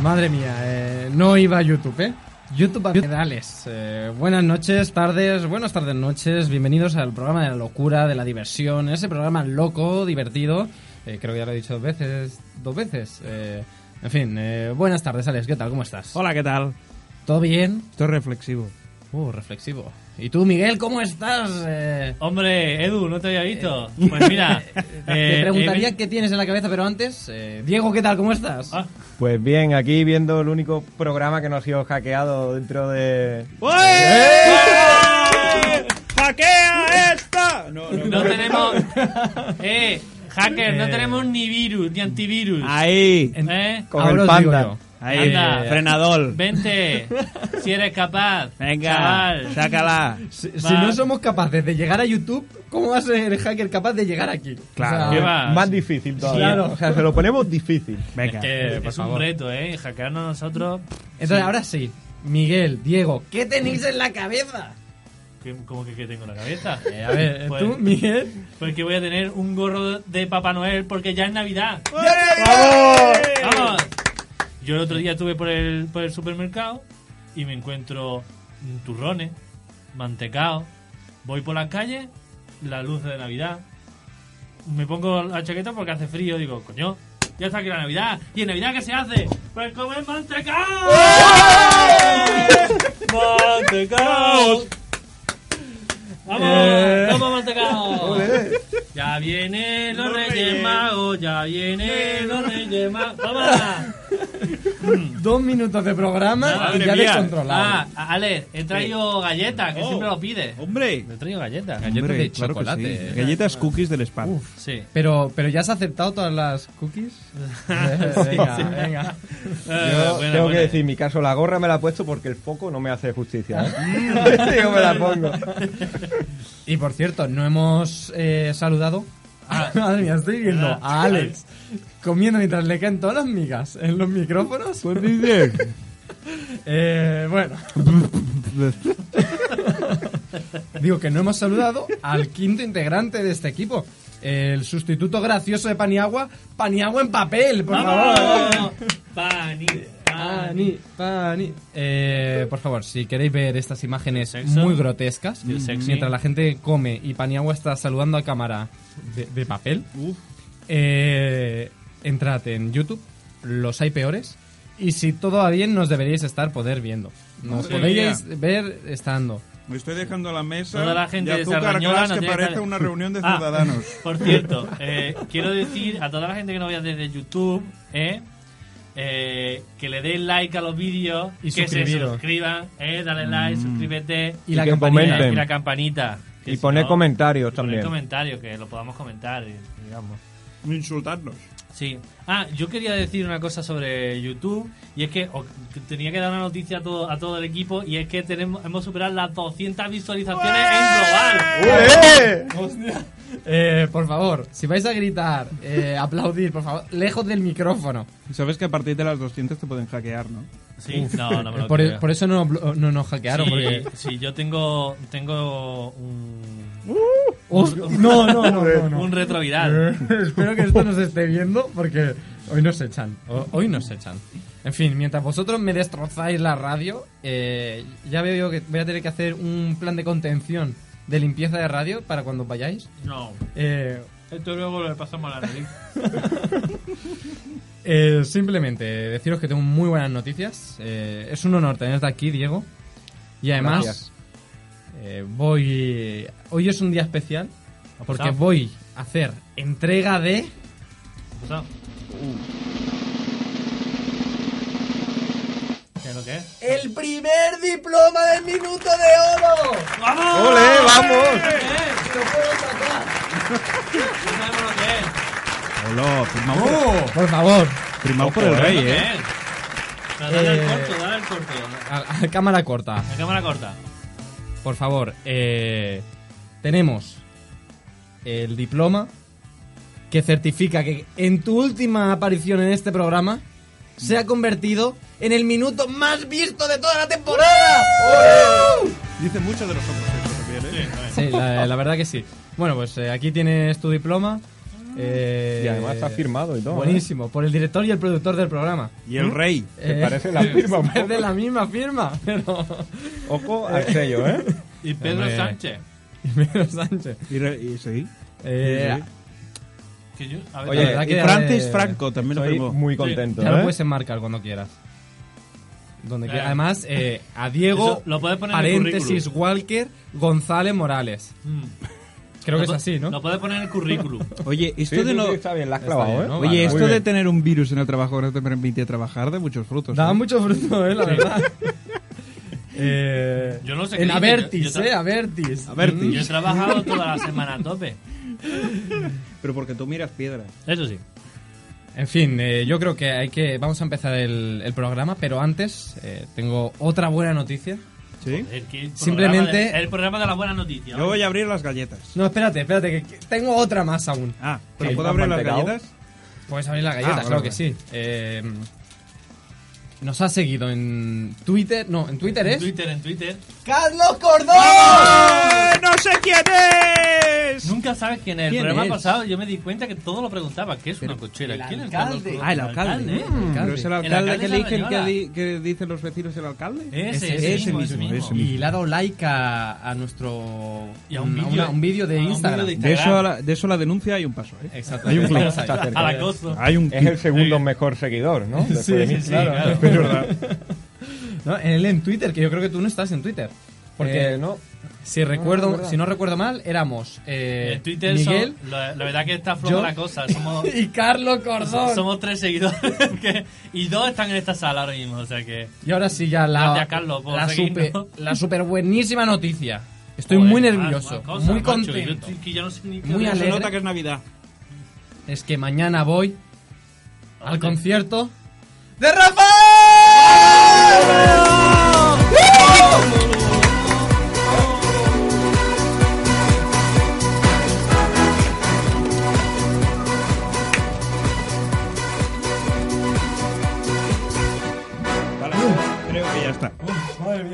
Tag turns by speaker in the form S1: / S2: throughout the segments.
S1: Madre mía, eh, no iba a YouTube, ¿eh? YouTube a pedales. Eh, buenas noches, tardes, buenas tardes, noches. Bienvenidos al programa de la locura, de la diversión. Ese programa loco, divertido. eh, creo que ya lo he dicho dos veces. Dos veces. eh, en fin, eh, buenas tardes, Alex. ¿Qué tal? ¿Cómo estás?
S2: Hola, ¿qué tal?
S1: ¿Todo bien?
S2: Estoy reflexivo.
S1: Uh, reflexivo. ¿Y tú, Miguel, cómo estás? Eh,
S3: Hombre, Edu, no te había visto. Pues mira, eh,
S1: te preguntaría
S3: eh,
S1: qué tienes en la cabeza, pero antes, eh, Diego, ¿qué tal? ¿Cómo estás?
S3: ah,
S2: Pues bien, aquí viendo el único programa que no ha sido hackeado dentro de... ¡Eh!
S3: ¡Eh!
S2: ¡Hackea esta! No,
S3: no tenemos. Eh, hacker, no tenemos ni virus ni antivirus.
S2: Ahí,
S3: Eh,
S2: con
S1: Ahora
S2: el
S1: os digo
S2: panda.
S1: yo.
S2: Ahí,
S3: Anda.
S2: frenador.
S3: Vente, si eres capaz.
S2: Venga,
S3: chaval.
S2: sácala.
S1: Si,
S3: Va.
S1: si no somos capaces de llegar a YouTube, ¿cómo va a ser el hacker capaz de llegar aquí?
S2: Claro.
S1: O sea,
S3: ¿Qué va?
S4: más difícil todavía.
S1: Claro.
S4: O sea, se lo ponemos difícil.
S3: Es,
S2: Venga.
S3: que
S1: por
S3: es un
S1: favor.
S3: reto, ¿eh? Hackearnos nosotros.
S1: entonces, ahora sí. Miguel, Diego, ¿qué tenéis en la cabeza?
S3: ¿Qué- ¿Cómo que, que tengo en la cabeza?
S1: Eh, a ver,
S3: Pues-
S1: tú, Miguel.
S3: Porque voy a tener un gorro de Papá Noel porque ya es Navidad. ¡Vamos! Yo el otro día estuve por el, por el supermercado y me encuentro mm, turrones, mantecao. Voy por las calles, la luz de Navidad. Me pongo la chaqueta porque hace frío. Digo, coño, ya está aquí la Navidad. ¿Y en Navidad qué se hace? Pues comer mantecao. ¡Eh! ¡Mantecao! ¡Vamos! ¡Eh! ¡Vamos, mantecao! Ya vienen los Reyes Magos, ya vienen los Reyes Magos. ¡Vamos!
S1: Dos minutos de programa
S3: Madre
S1: y ya
S2: mía.
S1: descontrolado.
S3: Ah, Ale, he traído galletas, que siempre lo pides.
S2: Hombre.
S3: He traído galletas.
S1: Galletas
S2: Hombre,
S1: de
S2: claro que
S1: chocolate,
S2: sí.
S1: eh.
S2: Galletas cookies del spam.
S3: Sí.
S1: Pero, pero ¿ya has aceptado todas las cookies? Eh, venga, venga.
S4: Yo
S3: bueno,
S4: tengo
S3: bueno.
S4: que decir, mi caso, la gorra me la he puesto porque el foco no me hace justicia. ¿eh? Yo me la pongo.
S1: Y por cierto, no hemos eh, saludado.
S3: Ah.
S1: Madre mía, estoy viendo a Alex comiendo mientras le caen todas las migas en los micrófonos. Eh, bueno. Digo que no hemos saludado al quinto integrante de este equipo. El sustituto gracioso de Paniagua, Paniagua en papel, por favor.
S3: ¡Vamos! Pani, pani.
S1: Pani, Pani. Eh, por favor, si queréis ver estas imágenes
S3: Sexo.
S1: muy grotescas,
S3: Sí, sexy.
S1: mientras la gente come y Paniagua está saludando a cámara de, de papel, eh, entrad en YouTube, los hay peores, y si todo va bien, nos deberíais estar poder viendo. Nos
S5: Madre
S1: podéis ver estando.
S5: Me estoy dejando la mesa
S3: Toda la gente
S5: de
S3: de
S5: azúcar
S3: Sardañola
S5: glass
S3: no
S5: que
S3: tiene
S5: parece
S3: cara-
S5: una reunión de
S3: Ah,
S5: ciudadanos.
S3: Por cierto, eh, quiero decir a toda la gente que nos vea desde YouTube, eh, eh, que le den like a los vídeos,
S1: Y
S3: que se
S1: suscribiros.
S3: suscriban, eh, dale like, suscríbete
S1: Y la
S4: que
S1: campanita.
S3: eh,
S4: comenten.
S3: y la campanita. que
S4: Y
S3: si
S4: poner
S3: no-
S4: comentarios
S3: y poner
S4: también.
S3: comentarios, que lo podamos comentar, eh, digamos.
S5: Insultarlos.
S3: Sí. Ah, yo quería decir una cosa sobre YouTube y es que o- que tenía que dar una noticia a todo, a todo el equipo y es que tenemos hemos superado las 200 visualizaciones en global.
S4: ¡Eh!
S1: Eh, por favor, si vais a gritar, eh, aplaudir, por favor, lejos del micrófono.
S5: Sabes que a partir de las 200 te pueden hackear, ¿no?
S3: Sí, no, no me lo
S1: Por,
S3: creo.
S1: por eso no, blo- no nos hackearon.
S3: sí,
S1: porque-
S3: sí, yo tengo tengo un,
S1: Os- no, no, no, no, no.
S3: un retroviral.
S1: Eh, Espero que esto nos esté viendo porque hoy nos echan. O- Hoy nos echan. En fin, mientras vosotros me destrozáis la radio, eh, ya veo yo que voy a tener que hacer un plan de contención de limpieza de radio para cuando vayáis.
S3: No,
S1: Eh,
S3: esto luego lo pasamos a la nariz.
S1: eh, simplemente deciros que tengo muy buenas noticias. Eh, es un honor tenerte aquí, Diego. Y además,
S4: Gracias.
S1: eh, voy. Hoy es un día especial porque
S3: pasado.
S1: voy a hacer entrega de.
S3: Uh. ¿Qué es lo que es?
S1: ¡El primer diploma del minuto de oro!
S3: ¡Vamos!
S4: ¡Ole, vamos!
S3: ¿Qué es? No sabemos lo que es.
S5: Hola, firmado,
S1: Oh. Por favor.
S5: por el rey,
S3: ¿Qué
S5: Oh, ¿eh?
S3: es? Pero dale al
S1: Eh,
S3: corto, dale al corto.
S1: A- a cámara corta.
S3: La cámara corta.
S1: Por favor, eh, tenemos el diploma que certifica que en tu última aparición en este programa se ha convertido en el minuto más visto de toda la temporada.
S5: Dice mucho de nosotros eso también, ¿eh?
S1: Sí, la, la verdad que sí. Bueno, pues eh, aquí tienes tu diploma. eh,
S4: Y además está firmado y todo. ¿eh?
S1: Buenísimo, por el director y el productor del programa.
S5: Y el rey.
S4: ¿Te
S1: Eh,
S4: parece la firma? un
S1: Es
S4: poco?
S1: de la misma firma, pero...
S4: Ojo al sello, ¿eh?
S3: Y Pedro
S1: Hombre.
S3: Sánchez.
S1: Pero Sánchez.
S5: Y, re- y sí.
S1: Eh,
S5: Sí,
S3: Que yo, a ver,
S1: Oye,
S5: Y-
S1: la verdad
S5: y
S1: que,
S5: Francis
S1: eh,
S5: Franco también lo
S4: Estoy
S5: firmó.
S4: muy contento,
S1: Ya lo
S4: ¿eh?
S1: puedes enmarcar cuando quieras. Donde
S3: Claro.
S1: quieras. Además, eh, a Diego,
S3: Eso lo puedes poner en el
S1: paréntesis,
S3: currículum.
S1: Walker, González Morales.
S3: mm,
S1: Creo
S3: lo
S1: que es
S3: po-
S1: así, ¿no?
S3: Lo puedes poner en el currículum.
S5: Oye, esto
S4: Sí, sí,
S5: de no...
S4: sí, está bien, la has
S1: Está
S4: clavado,
S1: bien,
S4: ¿eh?
S1: ¿no?
S5: Oye,
S1: Vale,
S5: esto
S4: muy
S5: de
S4: bien.
S5: tener un virus en el trabajo que no te permite trabajar de muchos frutos.
S1: Daba
S5: ¿eh?
S1: mucho fruto, eh, la verdad. Eh,
S3: Yo no sé qué
S1: En
S3: dice,
S1: Avertis,
S3: yo- yo-
S1: eh, Avertis.
S5: Avertis.
S3: Yo he trabajado toda la semana a tope.
S5: Pero porque tú miras piedras.
S3: Eso sí.
S1: En fin, eh, yo creo que hay que. Vamos a empezar el, el programa, pero antes eh, tengo otra buena noticia.
S5: ¿Sí?
S3: El que- el programa
S1: Simplemente-
S3: de- el programa de las buenas noticias.
S5: Yo voy a abrir las galletas.
S1: No, espérate, espérate, que- que tengo otra más aún.
S5: Ah,
S1: Sí,
S5: ¿pero puedo abrir las
S4: mantecao.
S5: galletas?
S1: Puedes abrir la galleta,
S5: Ah, vale,
S1: claro que
S5: vale.
S1: sí. Eh, nos ha seguido en Twitter. No, en Twitter
S3: En
S1: es.
S3: Twitter, en Twitter.
S1: ¡Carlos Cordón!
S5: ¡Eh, ¡No sé quién es!
S3: Nunca sabes quién es. El
S1: ¿Quién
S3: programa
S1: es?
S3: pasado yo me di cuenta que todo lo preguntaba. ¿Qué es una cochera?
S1: el
S3: ¿Quién es
S1: alcalde.
S3: Carlos Cruz?
S1: Ah, el alcalde.
S3: ¿eh?
S1: Mm.
S5: ¿Pero es el
S3: El
S5: alcalde,
S3: alcalde
S5: que
S3: es la
S5: eligen que,
S3: señora.
S5: di- que dicen los vecinos el alcalde?
S3: Ese,
S1: Ese-
S3: ese,
S1: ese
S3: mismo, ese
S5: mismo,
S3: mismo.
S5: ese
S1: Y le ha dado like a, a nuestro.
S3: Y a un
S1: a
S3: vídeo.
S1: una- un vídeo
S3: A
S1: de
S3: un vídeo
S1: Instagram.
S3: de-
S5: De eso, a la, de eso a la denuncia hay un paso, ¿eh?
S1: Exacto.
S4: Hay un clic,
S1: Estamos ahí.
S4: está cerca.
S3: A la costa.
S5: Hay un
S4: Es el segundo mejor seguidor, ¿no? Después de mí.
S3: claro.
S5: Es verdad.
S1: No, él en Twitter, que yo creo que tú no estás en Twitter. Porque
S4: Eh, no.
S1: si
S4: no,
S1: recuerdo,
S4: es verdad.
S1: si no recuerdo mal, éramos eh,
S3: En Twitter son-
S1: Miguel
S3: la, la verdad que está
S1: yo-
S3: floja la cosa. Somos,
S1: y Carlos Cordón.
S3: somos tres seguidores que- y dos están en esta sala ahora mismo. O sea que
S1: Y ahora sí ya la,
S3: Gracias, Carlos, por
S1: la,
S3: seguirnos.
S1: super, la super buenísima noticia. Estoy muy
S3: Joder,
S1: nervioso,
S3: más- más cosas,
S1: muy
S3: macho, yo
S1: contento.
S3: estoy que ya no sé ni qué
S1: Muy
S3: hacer.
S5: Se
S1: alegre.
S5: nota que es Navidad.
S1: Es que mañana voy al
S3: Hombre.
S1: concierto de Rafael.
S5: Vale, creo que ya está. Rafael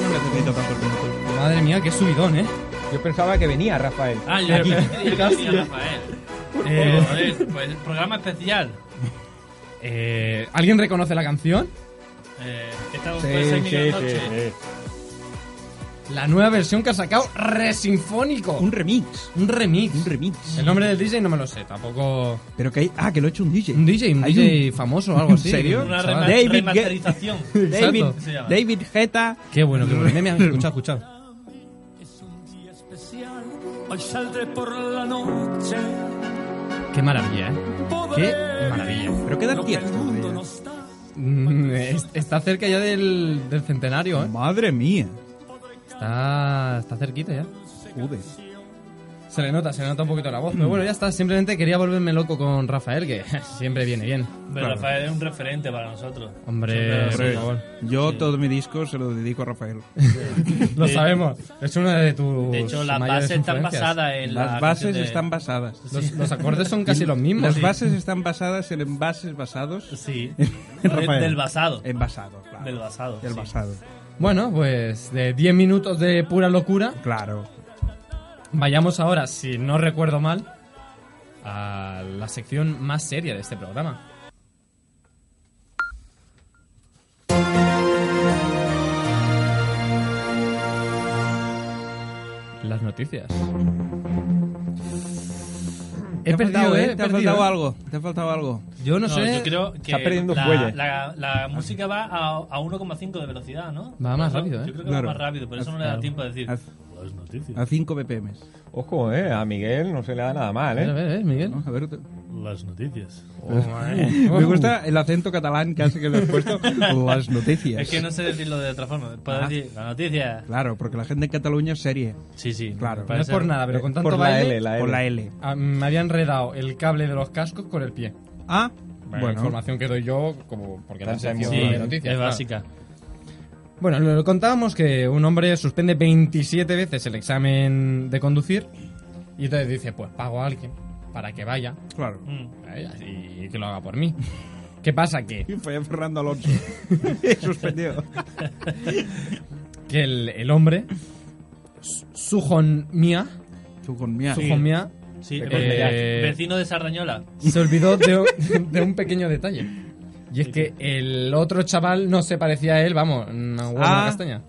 S5: no necesita tanto tiempo.
S1: Madre mía, qué subidón, ¿eh?
S4: Yo pensaba que venía Rafael.
S3: Ah, yo
S1: Aquí.
S3: yo
S1: Casi.
S3: tenía Rafael.
S1: Eh.
S3: Joder, pues el programa especial.
S1: Eh, ¿Alguien reconoce la canción?
S3: Eh, que está
S4: Sí,
S3: puede ser
S4: sí,
S3: Miguel
S4: sí,
S3: Noche.
S4: sí.
S1: La nueva versión que ha sacado Resinfónico.
S5: Un remix.
S1: Un remix.
S5: Un remix.
S1: El nombre del DJ no me lo sé, tampoco.
S5: Pero que hay... Ah, que lo ha hecho un DJ.
S1: Un DJ, un
S5: Hay
S1: DJ famoso o algo
S5: ¿En
S1: así.
S5: serio?
S3: Una
S1: Chaval.
S3: rema-
S5: David Guetta.
S3: remasterización.
S5: David,
S1: Exacto.
S3: Se llama.
S5: David Geta.
S1: Qué bueno, qué bueno. Escucha, escucha.
S6: Es un día especial, hoy saldré por la noche.
S1: Qué maravilla, ¿eh? Qué maravilla.
S5: Pero qué edad tiene esta mujer?
S1: Mm, es- está cerca ya del, del centenario, ¿eh?
S5: Madre mía.
S1: Está, está cerquita ya.
S5: Joder.
S1: Se le nota, se le nota un poquito la voz. Pero bueno, ya está. Simplemente quería volverme loco con Rafael, que siempre viene bien.
S3: Pero Rafael es un referente para nosotros.
S1: Hombre, por
S3: Siempre lo ha sido.
S1: favor.
S5: Yo todo mi disco se lo dedico a Rafael.
S1: Lo sabemos. Es una de tus.
S3: De hecho, las
S1: mayores
S3: bases están
S1: influencias.
S3: basadas en la
S5: Las bases
S3: canción de-
S5: están basadas.
S1: Los, los acordes son casi los mismos.
S5: Las bases están basadas en envases basados.
S3: Sí. Eh,
S5: Rafael. Eh,
S3: Del basado.
S5: Envasados, claro.
S3: Del basado,
S5: Del
S3: sí.
S5: basado.
S1: Bueno, pues de 10 minutos de pura locura,
S5: Claro.
S1: vayamos ahora, si no recuerdo mal, a la sección más seria de este programa. Las noticias. He
S5: Te ha faltado,
S1: perdido, eh, he
S5: Te ha
S1: perdido,
S5: faltado
S1: eh.
S5: algo. Te ha faltado algo.
S1: Yo no,
S3: No,
S1: sé.
S3: yo creo que
S4: está perdiendo
S3: la,
S4: fuelle.
S3: la, la música va a, a 1,5 de velocidad, ¿no?
S1: Va más
S3: Eso-
S1: rápido, ¿eh?
S3: Yo creo que
S5: Claro.
S3: va más rápido, por eso no le da
S1: Claro.
S3: tiempo a decir.
S5: A-
S3: Las noticias.
S5: A 5 BPM.
S4: Ojo, eh, a Miguel no se le da nada mal,
S1: A ver, a
S4: eh.
S1: ver, eh, Miguel.
S5: ¿no? A ver, te-
S3: Las noticias. Oh.
S5: me gusta el acento catalán que hace que le has puesto las noticias.
S3: Es que no sé decirlo de otra forma. Puedo
S5: Ah.
S3: decir las noticias.
S5: Claro, porque la gente en Cataluña es serie.
S3: Sí, sí.
S5: Claro.
S3: me
S1: No es
S3: parece-
S1: por nada, pero con tanto
S4: Por la
S1: baile
S4: L, la L.
S5: Con la L.
S1: ah, me había enredado el cable de los cascos con el pie.
S5: Ah,
S1: Bueno, información que doy yo, como porque la
S4: Tanta
S1: sección
S3: Sí,
S4: Bueno,
S1: de noticias.
S3: es
S1: claro.
S3: básica.
S1: Bueno, lo lo contábamos que un hombre suspende 27 veces el examen de conducir y entonces dice, pues pago a alguien para que vaya
S5: Claro.
S3: Mm.
S1: ¿eh? y que lo haga por mí. ¿Qué pasa? Que,
S5: Y fue Fernando Alonso. Suspendido.
S1: que el, el hombre, Sujon Mía,
S5: Tú con mía.
S1: Sujon Mía,
S3: Sí,
S1: Eh,
S3: eh, vecino de Sardañola.
S1: se olvidó de, un- de un pequeño detalle. Y es que el otro chaval no se parecía a él, vamos, una huevo una
S5: Ah.
S1: castaña.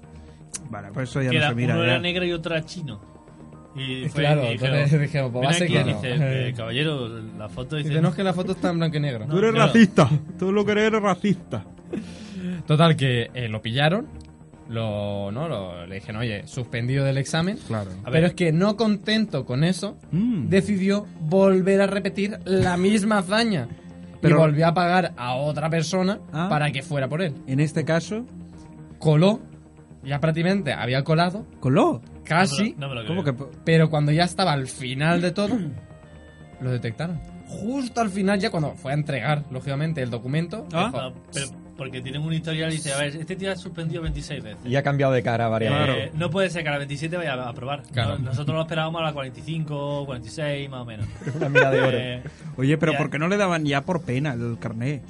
S5: Vale, pues eso ya
S3: Que
S5: no
S3: era,
S5: se mira.
S3: uno
S5: ya.
S3: era negro y otro era chino. Y fue,
S1: Eh, Claro,
S3: y dijeron,
S1: entonces dijeron, pues va a
S3: "Ven
S1: ser
S3: aquí",
S1: que no.
S3: dice, eh, caballero, la foto dice...
S1: Dice, no, es que la foto está en blanco y negro.
S5: Tú eres
S3: Claro.
S5: racista. Tú lo que eres eres racista.
S1: Total, que eh, lo pillaron. Lo, no, lo- le dijeron, oye, suspendido del examen.
S5: Claro.
S3: A ver.
S1: Pero es que no contento con eso,
S5: Mm.
S1: decidió volver a repetir la misma hazaña.
S5: Pero-
S1: y volvió a pagar a otra persona
S5: Ah.
S1: para que fuera por él.
S5: En este caso,
S1: Coló, ya prácticamente había colado,
S5: coló.
S1: casi,
S3: No me lo
S5: ¿Cómo
S3: creo.
S5: que.? po-
S1: pero cuando ya estaba al final de todo, lo detectaron. Justo al final, ya cuando fue a entregar, lógicamente, el documento,
S5: Ah.
S1: dijo,
S3: Ah, pero porque tienen un historial y dice, a ver, este tío ha suspendido 26 veces.
S4: Y ha cambiado de cara
S3: Eh,
S4: varias veces.
S3: No puede ser que a la 27 vaya a aprobar.
S1: Claro.
S3: No- nosotros lo esperábamos a la 45, 46, más o menos.
S4: Una mira de oro.
S3: Eh,
S5: Oye, pero
S3: Ya.
S5: ¿por qué no le daban ya por pena el carné?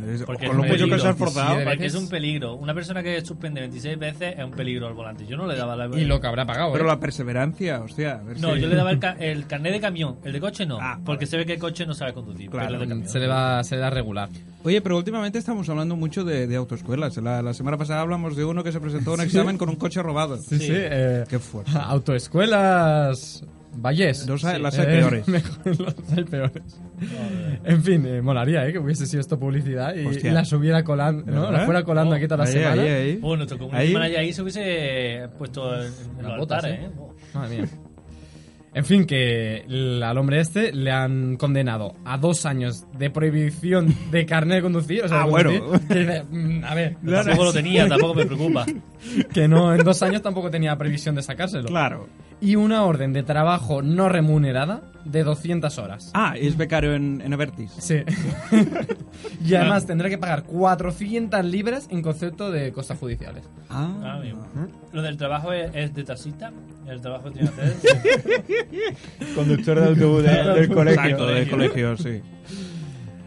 S5: Es-
S3: Porque es
S5: Con lo mucho
S3: peligro.
S5: que se ha esforzado.
S1: Sí,
S3: porque
S1: veces.
S3: es un peligro. Una persona que suspende 26 veces es un peligro al volante. Yo no le daba la...
S1: y lo que habrá pagado.
S5: Pero
S1: ¿eh?
S5: la perseverancia, hostia. A ver
S3: No,
S5: si-
S3: yo le daba el, ca- el carnet de camión. El de coche no.
S5: Ah,
S3: porque se ve que el coche no sabe conducir.
S5: Claro.
S3: pero el de camión.
S1: se le va se le da regular.
S5: Oye, pero últimamente estamos hablando mucho de, de autoescuelas. La, la semana pasada hablamos de uno que se presentó a un examen con un coche robado.
S1: Sí, sí. eh,
S5: Qué fuerte.
S1: autoescuelas. Valles.
S5: Dos hay-
S1: Sí.
S5: las hay
S1: Eh,
S5: peores.
S1: mejor, las hay peores. En fin, eh, molaría ¿eh? que hubiese sido esto publicidad y,
S5: Hostia.
S1: y la subiera colando, ¿no? La
S5: ¿Verdad?
S1: fuera colando aquí toda la
S5: Ahí,
S1: semana.
S5: ahí, ahí.
S3: Oh, nuestro community
S5: Ahí-
S3: manager ahí se hubiese puesto en, en los
S1: Las botas,
S3: altares,
S1: ¿eh?
S3: ¿eh? Oh.
S1: Madre mía. En fin, que el- al hombre este le han condenado a dos años de prohibición de carnet de conducir. O sea,
S5: Ah,
S1: de conducir,
S5: bueno.
S1: que dice, mm, a ver,
S3: Tampoco lo tenía, tampoco me preocupa.
S1: que no, en dos años tampoco tenía previsión de sacárselo.
S5: Claro.
S1: y una orden de trabajo no remunerada de 200 horas.
S5: Ah, es becario en, en Avertis.
S1: Sí. y además tendrá que pagar 400 libras en concepto de costas judiciales.
S3: Ah,
S5: Ah,
S3: amigo. Lo del trabajo es, es de taxista. El trabajo que tiene que hacer.
S4: Conductor de autobús de- del colegio.
S5: exacto, de colegio, sí.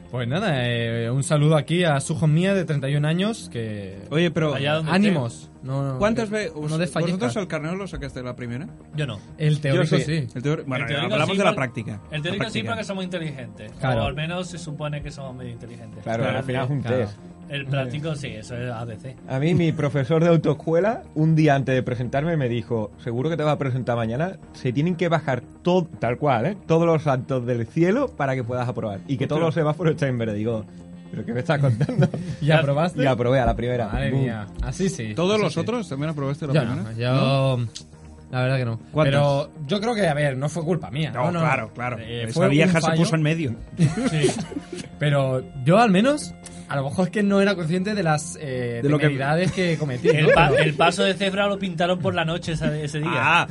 S1: Pues nada, eh, un saludo aquí a Sujo Mía de 31 años que...
S5: Oye, pero.
S3: Allá donde
S1: ánimos. No, no,
S5: ¿Cuántas
S1: que-
S5: veces.
S1: No desfallezcas.
S5: ¿Vosotros el carnet lo sacaste la primera?
S3: esté. Yo no.
S1: El teórico
S5: Yo
S1: sí.
S5: El teor- Bueno,
S3: El teórico
S5: hablamos
S3: sí,
S5: de la
S3: por-
S5: práctica.
S3: El
S5: La
S3: teórico sí
S5: práctica.
S3: porque somos inteligentes.
S1: Claro.
S3: O al menos se supone que somos medio inteligentes.
S4: Claro,
S5: Claro,
S4: al final es un
S1: claro.
S4: test.
S3: El práctico sí, eso es ABC.
S4: A mí, mi profesor de autoescuela, un día antes de presentarme, me dijo: Seguro que te vas a presentar mañana. Se tienen que bajar todo, tal cual, ¿eh? todos los santos del cielo para que puedas aprobar. Y que todos los semáforos estén en verde. Digo, ¿pero qué me estás contando?
S1: ¿Y aprobaste?
S4: y aprobé a la primera.
S1: Madre
S4: Bum.
S1: mía. Así sí.
S5: ¿Todos
S1: así
S5: los
S1: sí.
S5: otros también aprobaste la
S1: Yo
S5: primera?
S1: no, yo... La verdad que no.
S5: ¿Cuántas?
S1: Pero yo creo que, a ver, no fue culpa mía. No, no, no.
S5: claro, claro.
S1: Eh, fue
S5: Esa
S1: un
S5: vieja se
S1: fallo.
S5: puso en medio.
S1: Sí. Pero yo al menos, a lo mejor es que no era consciente de las eh,
S5: De lo que-
S1: temeridades que... cometí. ¿no?
S3: El, pa-
S1: Pero,
S3: el paso de cebra lo pintaron por la noche esa- ese día.
S5: Ah,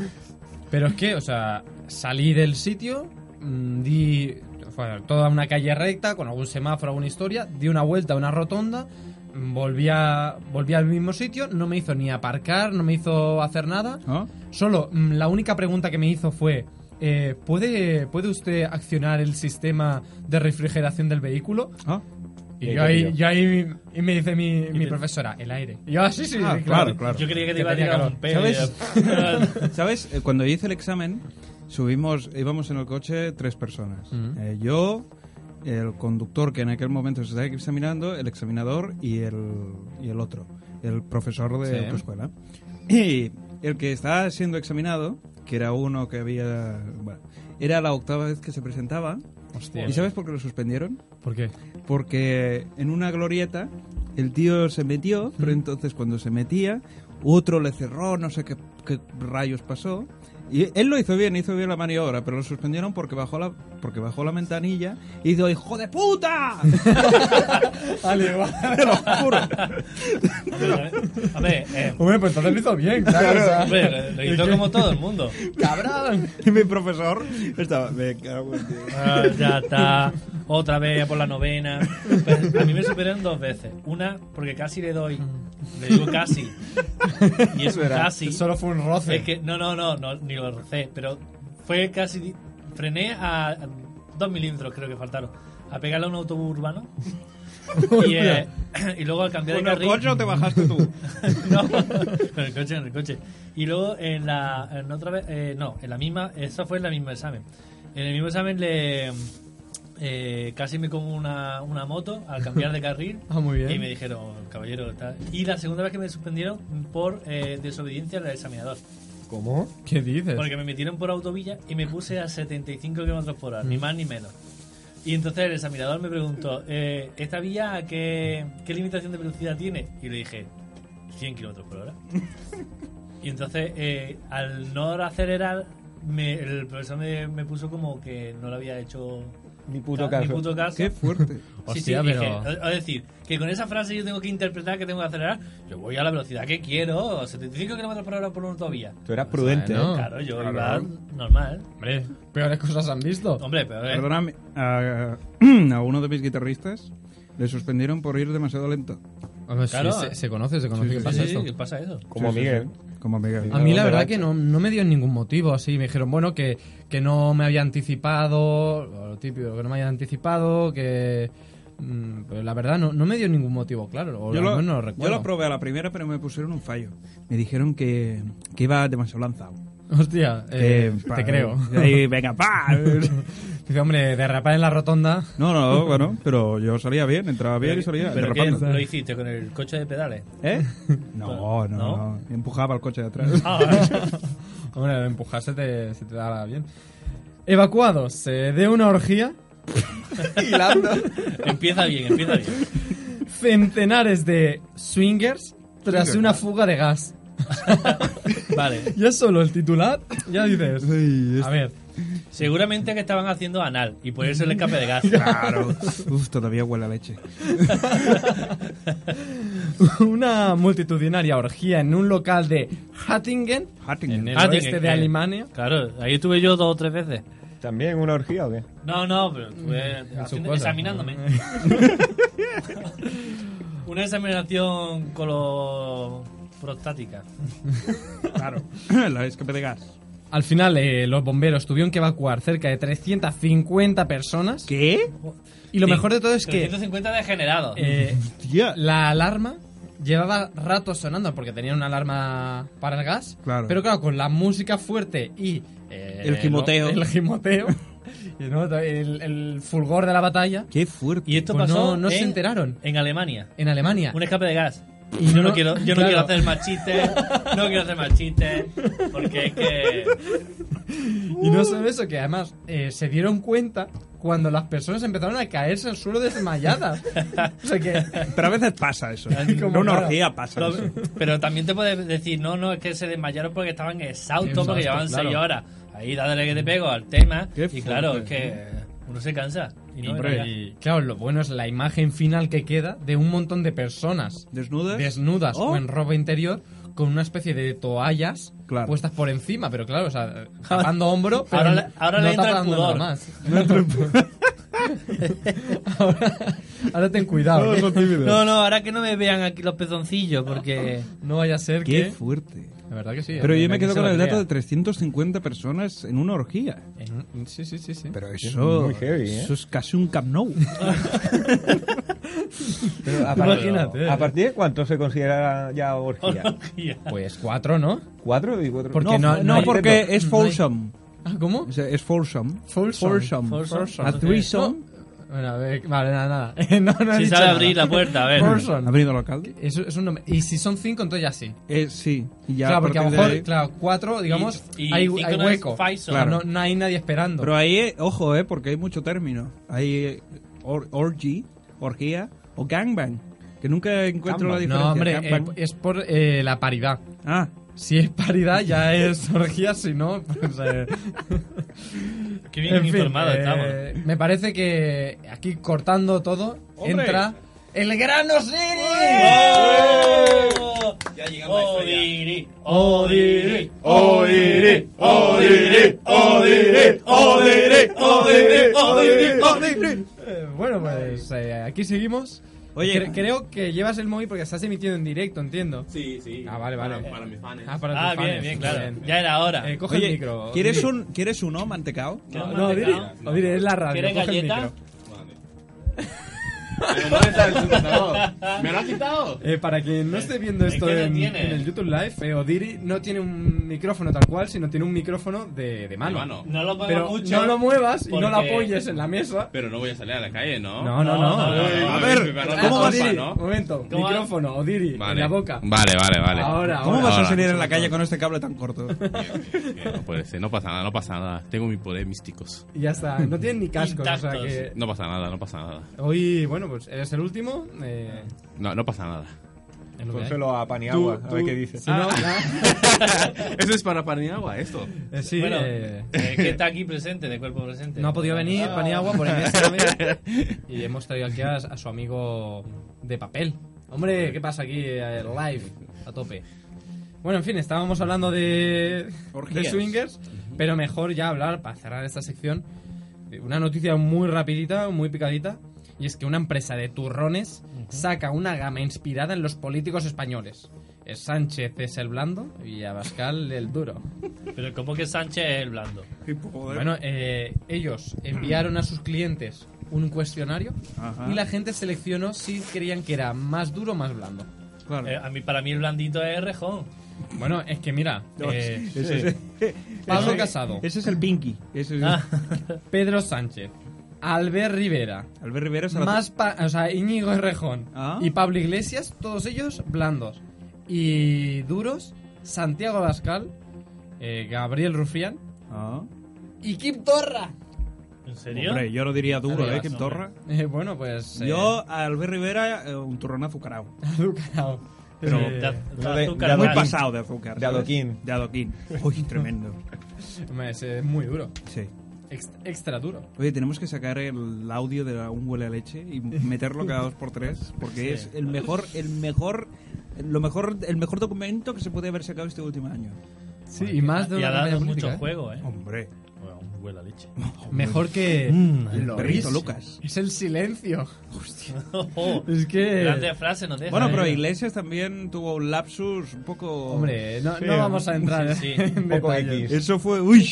S1: pero es que, o sea, salí del sitio, mm, di fue toda una calle recta, con algún semáforo, alguna historia, di una vuelta a una rotonda, mm, volví, a- volví al mismo sitio, no me hizo ni aparcar, no me hizo hacer nada.
S5: ¿no?
S1: Solo mm, la única pregunta que me hizo fue... eh, ¿puede, ¿Puede usted accionar el sistema de refrigeración del vehículo?
S5: ¿Ah?
S1: Y
S4: Bien,
S1: yo ahí,
S4: querido.
S1: yo ahí y me dice mi, mi
S3: te-
S1: profesora, el aire. Y yo, ah, sí, sí,
S5: Ah,
S1: sí,
S5: claro,
S1: claro.
S5: claro.
S3: Yo creía que te
S1: Que
S3: iba a
S1: tenía
S3: tirar
S1: calor.
S3: un pedo.
S1: ¿Sabes?
S5: ¿Sabes? Eh, Cuando hice el examen, subimos, íbamos en el coche tres personas. Eh, yo, el conductor que en aquel momento se estaba examinando, el examinador y el, y el otro, el profesor de
S1: Sí.
S5: autoescuela. Y el que estaba siendo examinado, que era uno que había... bueno, era la octava vez que se presentaba.
S1: Hostia.
S5: ¿Y sabes por qué lo suspendieron?
S1: ¿Por qué?
S5: porque en una glorieta el tío se metió, pero entonces cuando se metía, otro le cerró, no sé qué qué rayos pasó. Y él lo hizo bien, hizo bien la maniobra, pero lo suspendieron porque bajó la, porque bajó la ventanilla y hizo ¡Hijo de puta!
S1: Vale, va.
S5: Te lo juro.
S3: A ver, eh,
S1: Hombre, pues entonces lo hizo bien, claro. o sea,
S3: hombre, lo hizo como todo el mundo.
S1: ¡Cabrón!
S5: Y mi profesor estaba. "Me cago en ti".
S3: Ah, ya está. Otra vez por la novena. Pues a mí me superaron dos veces. Una, porque casi le doy. Le digo casi. Y eso casi.
S1: Solo fue un roce.
S3: Es que, no, no, no, no, ni lo rocé. Pero fue casi. Frené a, a dos milímetros, creo que faltaron. A pegarle a un autobús urbano. Y, eh, y luego al cambiar de
S5: Bueno,
S3: carril.
S5: coño, te bajaste tú.
S3: no, con el coche, en el coche. Y luego en la en otra vez, eh, no, en la misma, esa fue en la misma examen. En el mismo examen le eh, casi me como una, una moto al cambiar de carril.
S1: Ah, muy bien.
S3: Y me dijeron, caballero, tal. Y la segunda vez que me suspendieron por eh, desobediencia al examinador.
S4: ¿Cómo?
S1: ¿Qué dices?
S3: Porque me metieron por autovilla y me puse a 75 kilómetros por hora, ni más ni menos. Y entonces el examinador me preguntó, eh, ¿esta vía a qué, qué limitación de velocidad tiene? Y le dije, 100 kilómetros por hora. y entonces, eh, al no acelerar, me- el profesor me, me puso como que no lo había hecho
S4: Ni puto
S3: ca- ni
S4: caso.
S3: puto caso.
S5: Qué fuerte.
S3: Sí,
S1: Hostia,
S3: sí, dije,
S1: pero-
S3: o- es decir, que con esa frase yo tengo que interpretar que tengo que acelerar. Yo voy a la velocidad que quiero, 75 kilómetros por hora por una autovía.
S4: Tú eras prudente.
S1: Bueno.
S4: ¿eh?
S3: Claro, yo iba normal.
S1: Hombre, peores cosas han visto.
S3: Hombre, pero a ver.
S5: Perdóname, a, a uno de mis guitarristas le suspendieron por ir demasiado lento.
S1: Hombre, sí,
S3: Claro.
S1: se, se conoce, se conoce
S5: Sí,
S1: que
S5: sí,
S3: Sí,
S1: pasa
S3: sí,
S1: esto.
S3: ¿Qué pasa eso?
S4: Como
S5: Sí, sí,
S4: Miguel.
S5: sí. Como Miguel.
S1: A mí la verdad
S4: Algo borracho.
S1: que no, no me dio ningún motivo así. Me dijeron, bueno, que, que no me había anticipado, lo típico, que no me había anticipado, que... mm, Pero la verdad no, no me dio ningún motivo, claro. O
S5: Yo
S1: al
S5: lo,
S1: menos no
S5: yo
S1: recuerdo.
S5: lo probé a la primera, pero me pusieron un fallo. Me dijeron que, que iba demasiado lanzado.
S1: Hostia, eh,
S5: Que, pa,
S1: te creo.
S5: ahí, venga, pa.
S1: Dice, hombre, derrapar en la rotonda.
S5: No, no, bueno, pero yo salía bien, entraba bien y salía.
S3: ¿Pero qué?
S5: derrapando.
S1: ¿Eh?
S3: ¿Lo hiciste con el coche de pedales?
S5: ¿Eh? No, no, no,
S3: ¿No?
S5: Empujaba el coche de atrás.
S3: Ah,
S1: Hombre, empujarse te, se te daba bien. Evacuados eh, de una orgía.
S3: empieza bien, empieza bien.
S1: Centenares de swingers tras una fuga de gas.
S3: Vale.
S1: Ya solo el titular, ya dices.
S5: Sí, es-
S1: A ver,
S3: Seguramente que estaban haciendo anal y por eso el escape de gas.
S5: Claro. Uf, todavía huele a leche.
S1: una multitudinaria orgía en un local de Hattingen,
S5: Hattingen.
S1: en el
S3: Hattingen,
S1: oeste de
S3: Ah, que-
S1: Alemania.
S3: Claro, ahí estuve yo dos o tres veces.
S4: ¿También una orgía o qué?
S3: No, no, pero estuve haciendo-
S1: Mm, cosa.
S3: examinándome. Una examinación coloprostática.
S5: Claro. La escape de gas.
S1: Al final, eh, los bomberos tuvieron que evacuar cerca de 350 personas.
S5: ¿Qué?
S1: Y lo
S3: Sí,
S1: mejor de todo es que
S3: 350 degenerados.
S1: eh,
S5: Tía.
S1: la alarma llevaba rato sonando porque tenía una alarma para el gas.
S5: Claro.
S1: Pero claro, con la música fuerte y. eh,
S5: El gimoteo.
S1: lo- el gimoteo. y no, el, el fulgor de la batalla.
S5: Qué fuerte.
S3: y esto
S1: pues
S3: pasó
S1: no- no se
S3: en-
S1: enteraron.
S3: en Alemania.
S1: En Alemania.
S3: Un escape de gas.
S1: Y
S3: yo no,
S1: no-
S3: quiero, yo no
S1: claro.
S3: quiero hacer más chistes, no quiero hacer más chistes, porque es que...
S1: Y no solo eso, que además eh, se dieron cuenta cuando las personas empezaron a caerse al suelo desmayadas. o sea que.
S5: Pero a veces pasa eso.
S1: Como
S5: En una
S1: nada.
S5: orgía pasa
S3: lo-
S5: eso.
S3: pero también te puedes decir, no, no, es que se desmayaron porque estaban exhaustos,
S1: Exhaustos,
S3: porque llevaban
S1: claro.
S3: 6 horas. Ahí dale que te pego al tema.
S5: Qué
S3: y claro, es
S5: fuerte.
S3: que uno se cansa. Y no
S1: ¿eh? Hombre,
S3: era ya.
S1: y claro, lo bueno es la imagen final que queda de un montón de personas
S5: ¿Desnudas?
S1: desnudas
S5: Oh.
S1: o en ropa interior con una especie de toallas
S5: Claro.
S1: puestas por encima, pero claro, o sea, tapando hombro, pero
S3: Ahora le- ahora
S1: no
S3: le entra el
S1: tapando nada
S3: pudor.
S1: más. ahora, ahora ten cuidado,
S5: Todos
S1: ¿eh?
S5: son tímidos.
S3: No, no, ahora que no me vean aquí los pezoncillos, porque...
S1: no vaya a ser
S5: Qué
S1: que...
S5: fuerte.
S1: La verdad que sí.
S5: Pero
S1: eh,
S5: yo me
S1: que
S5: quedo
S1: se
S5: con
S1: lo
S5: el dato
S1: crea.
S5: de 350 personas en una orgía.
S1: Eh, Sí, sí, sí, sí.
S5: Pero eso,
S4: muy heavy, ¿eh?
S5: eso es casi un Camp Nou.
S4: Pero a
S1: Imagínate.
S4: ¿A partir de cuánto se considera ya orgía?
S1: Pues cuatro, ¿no?
S4: ¿Cuatro? Y cuatro.
S1: Porque no-
S5: no,
S1: no hay-
S5: porque es foursome.
S1: Ah, ¿cómo?
S5: O sea, es foursome.
S1: Foursome.
S3: Foursome.
S5: A threesome.
S1: Mm. Oh. Bueno, a ver, vale, nada, nada. no, no he
S3: Si
S1: dicho
S3: sabe
S1: nada.
S3: abrir la puerta, a ver.
S1: Person.
S5: ¿Ha venido el alcalde?
S1: Eso es un nombre. Y si son cinco, entonces ya sí.
S5: Eh, sí. Y ya
S1: claro, porque a lo
S5: partir de
S1: mejor,
S5: ahí-
S1: claro, cuatro, digamos,
S3: Y- y
S1: hay,
S3: cinco
S1: hay
S3: no es
S1: hueco.
S3: Faison.
S5: Claro.
S1: No, no hay nadie esperando.
S5: Pero ahí, eh, ojo, eh, porque hay mucho término. Hay eh, or- orgy, orgía o gangbang. Que nunca encuentro la
S1: no,
S5: diferencia.
S1: hombre, eh,
S5: Gangbang.
S1: es por eh, la paridad.
S5: ah,
S1: Si es paridad, ya es orgía, si no, pues. eh,
S3: Qué bien
S1: en fin,
S3: informado
S1: eh,
S3: estamos.
S1: Me parece que aquí cortando todo,
S5: ¡Hombre!
S1: entra. ¡El gran Osiris!
S3: ¡Oh! Ya llegamos a Odiri, Odiri, Odiri, Odiri, Odiri, Odiri, Odiri, Odiri, Odiri.
S1: Eh, Bueno, pues eh, aquí seguimos.
S5: Oye.
S1: Cre- creo que llevas el móvil porque estás emitiendo en directo, entiendo.
S7: Sí, sí.
S1: Ah, vale, vale.
S7: Para, para mis fans.
S1: Ah, para
S3: Ah,
S1: tus
S3: bien,
S1: fans,
S3: bien,
S1: bien.
S3: claro. Ya era hora.
S1: Eh, coge
S5: Oye,
S1: el micro.
S5: ¿quieres,
S1: Odi.
S5: un, ¿quieres uno mantecao?
S3: ¿Quieres
S1: No,
S3: mantecao?
S1: Odiri, Odiri, es la radio.
S3: ¿Quieres
S1: coge el
S3: galleta?
S1: micro.
S7: Vale. Pero no está el supertazón. ¿Me lo has quitado?
S1: Eh, para quien no esté viendo
S3: Es
S1: esto
S3: que no
S1: en,
S3: tiene.
S1: en el YouTube Live, eh, Odiri no tiene un micrófono tal cual, sino tiene un micrófono de, de mano.
S7: De mano.
S3: No lo pongo
S1: Pero
S3: mucho.
S1: no lo muevas y no lo
S3: porque-
S1: apoyes en la mesa.
S7: Pero no voy a salir a la calle, ¿no?
S1: No, no, no.
S3: No, no,
S7: Ay,
S3: no.
S5: A
S7: mi
S5: ver,
S7: pipa, no te
S5: ¿cómo va a
S7: rompa,
S5: decir?
S7: ¿no?
S1: Un momento,
S3: ¿Cómo va?
S1: micrófono, Odiri, en la boca.
S7: Vale, vale, vale.
S1: Ahora, ahora.
S5: ¿Cómo vas a
S7: Ahora.
S5: salir en la calle con este cable tan corto?
S7: Eh, No puede ser, no pasa nada, no pasa nada. Tengo mi poder místicos.
S1: Y ya está, no tienen ni cascos, o sea
S3: Intactos.
S1: que...
S7: No pasa nada, no pasa nada.
S1: Hoy, bueno, pues eres el último. Eh,
S7: No, no pasa nada.
S1: en lo que hay.
S4: Pónselo a Paniagua,
S7: Tú-
S4: a ver
S7: tú-
S4: qué dice. Ah,
S1: Si
S3: Ah.
S1: no, ya-
S7: Eso es para Paniagua, esto.
S1: eh, sí,
S3: Bueno,
S1: eh,
S3: eh, que está aquí presente, de cuerpo presente.
S1: no ha podido venir
S3: Ah.
S1: Paniagua por enésima vez. Y hemos traído aquí a, a su amigo de papel. Hombre, ¿qué pasa aquí? eh, live, a tope. Bueno, en fin, estábamos hablando de, de
S5: Orgías.
S1: swingers, pero mejor ya hablar, para cerrar esta sección, de una noticia muy rapidita, muy picadita, y es que una empresa de turrones saca una gama inspirada en los políticos españoles. Es Sánchez es el blando y Abascal el duro.
S3: Pero como que Sánchez es el blando.
S1: Bueno, eh, ellos enviaron a sus clientes un cuestionario
S5: Ajá.
S1: y la gente seleccionó si creían que era más duro o más blando.
S5: Claro.
S3: Eh, a mí, para mí el blandito es Rejón.
S1: Bueno, es que mira, eh,
S5: Ese es-
S1: Pablo
S5: ese-
S1: Casado,
S5: Ese es el Pinky. Ese es
S3: Ah,
S1: Pedro Sánchez, Albert Rivera,
S5: Albert Rivera es
S1: más pa- o sea, Íñigo Errejón
S5: Ah.
S1: y Pablo Iglesias, todos ellos blandos. Y duros, Santiago Abascal, eh, Gabriel Rufián
S5: Ah.
S1: y Kim Torra.
S3: ¿En serio?
S5: Hombre, yo lo diría duro,
S3: Arriba,
S5: ¿eh? Kim
S3: hombre.
S5: Torra.
S1: Eh, bueno, pues... eh,
S5: Yo, a Albert Rivera, eh, un turrón azucarado.
S1: azucarado.
S3: Pero
S1: Eh,
S3: te az- te
S4: no de-
S3: azúcar
S4: de
S5: Muy
S3: mal.
S5: pasado de azúcar.
S4: De
S5: ¿sabes?
S4: adoquín.
S5: De adoquín. Uy, tremendo.
S1: hombre, es eh, muy duro,
S5: Sí.
S1: Ext- extra duro.
S5: Oye, tenemos que sacar el audio de la un huele a leche y meterlo cada dos por tres, porque es el mejor, el mejor, lo mejor, el mejor documento que se puede haber sacado este último año.
S1: Sí, y más de
S3: Y
S1: una
S3: ha
S1: campaña
S3: dado
S1: política,
S3: mucho
S1: ¿eh?
S3: juego, ¿eh?
S5: Hombre.
S3: Bueno, huele a leche.
S1: Mejor que
S5: el
S1: lo
S5: perrito
S1: es.
S5: Lucas.
S1: Es el silencio.
S3: Ojo,
S1: Es que
S3: Grande frase nos deja.
S5: Bueno,
S3: ¿eh?
S5: pero Iglesias también tuvo un lapsus un poco.
S1: hombre, no, no vamos a entrar
S3: Sí, sí.
S1: en
S4: Un poco
S1: detalles.
S4: X.
S5: Eso fue. Uy.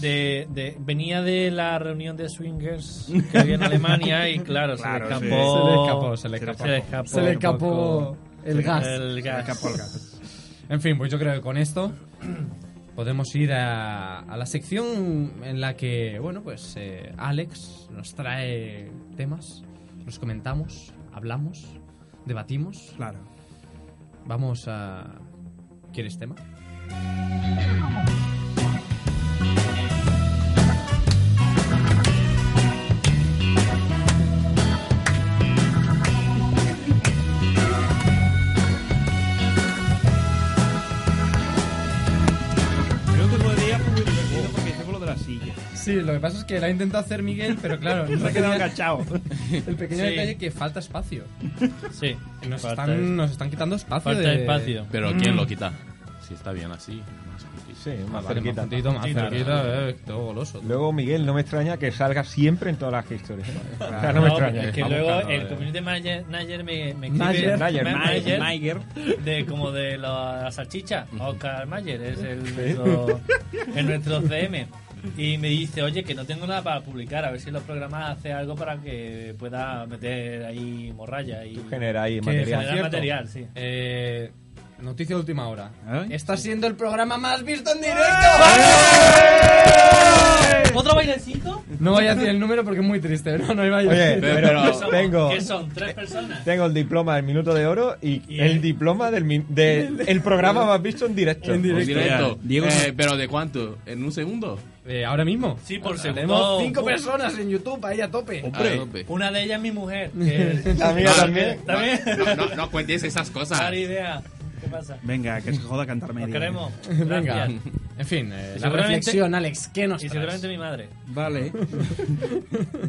S3: De, de- venía de la reunión de swingers que había en Alemania y claro,
S5: Claro,
S3: se,
S5: sí.
S3: le escapó,
S1: Se le escapó,
S3: Se le escapó.
S1: Se le escapó el gas.
S3: El gas.
S1: En fin, pues yo creo que con esto podemos ir a, a la sección en la que, bueno, pues eh, Alex nos trae temas, los comentamos, hablamos, debatimos.
S5: Claro.
S1: Vamos a... ¿Quieres tema?
S5: Creo que podría fue muy divertido porque hicimos lo de las sillas.
S1: Sí, lo que pasa es que la ha intentado hacer Miguel, pero claro,
S5: Se ha quedado agachado.
S1: el pequeño
S3: Sí.
S1: detalle que falta espacio.
S3: Sí,
S1: Nos,
S3: falta,
S1: están, nos están quitando espacio.
S3: falta
S1: de-
S3: espacio.
S7: Pero ¿quién lo quita? Si está bien así. Más justicia.
S4: Sí, más
S1: Vale, más
S4: cerquita.
S1: juntito, más
S3: Cerquita.
S1: cerquita, eh, todo goloso.
S4: Luego, Miguel, no me extraña que salga siempre en todas las historias. ¿eh? O sea, no me
S3: No,
S4: extraña.
S3: es que
S7: Vamos
S3: luego
S7: buscando,
S3: el
S7: eh.
S3: community manager, manager me, me
S1: Mayer.
S3: escribe
S4: Mayer,
S3: Ma-
S5: Mayer.
S3: Mayer,
S5: Mayer.
S3: de como de la, la salchicha Oscar Mayer es el nuestro, el nuestro CM y me dice oye que no tengo nada para publicar a ver si los programas hace algo para que pueda meter ahí morralla y
S4: Genera ahí
S1: Que,
S4: material.
S3: Generar
S1: por cierto,
S3: material, sí.
S1: eh, noticia de última hora.
S5: ¿Eh?
S1: Está siendo el programa más visto en directo.
S3: otro bailecito
S1: No voy a decir el número porque es muy triste. No, no iba a decir.
S4: Oye,
S7: Pero-
S4: pero tengo,
S3: que son tres personas
S4: tengo el diploma del minuto de oro y, el diploma del min- de- el programa más visto en directo.
S7: En directo.
S5: Ya, Diego-
S7: Eh, pero ¿de cuánto? ¿En un segundo?
S1: Eh, ahora mismo.
S3: sí por
S1: Tenemos
S3: segundo
S1: cinco personas en YouTube ahí a tope.
S7: A
S5: Hombre.
S7: tope.
S3: una de ellas es mi mujer que
S4: La mía también.
S3: también
S7: No, no, no cuentes esas cosas.
S3: Dar idea ¿Qué pasa?
S5: Venga, que se joda cantar
S3: Nos
S5: media.
S3: queremos.
S1: Venga,
S3: Gracias.
S1: en fin, eh, la
S3: seguramente-
S1: reflexión, Alex, ¿qué nos
S3: Y
S1: traes?
S3: seguramente mi madre.
S5: Vale.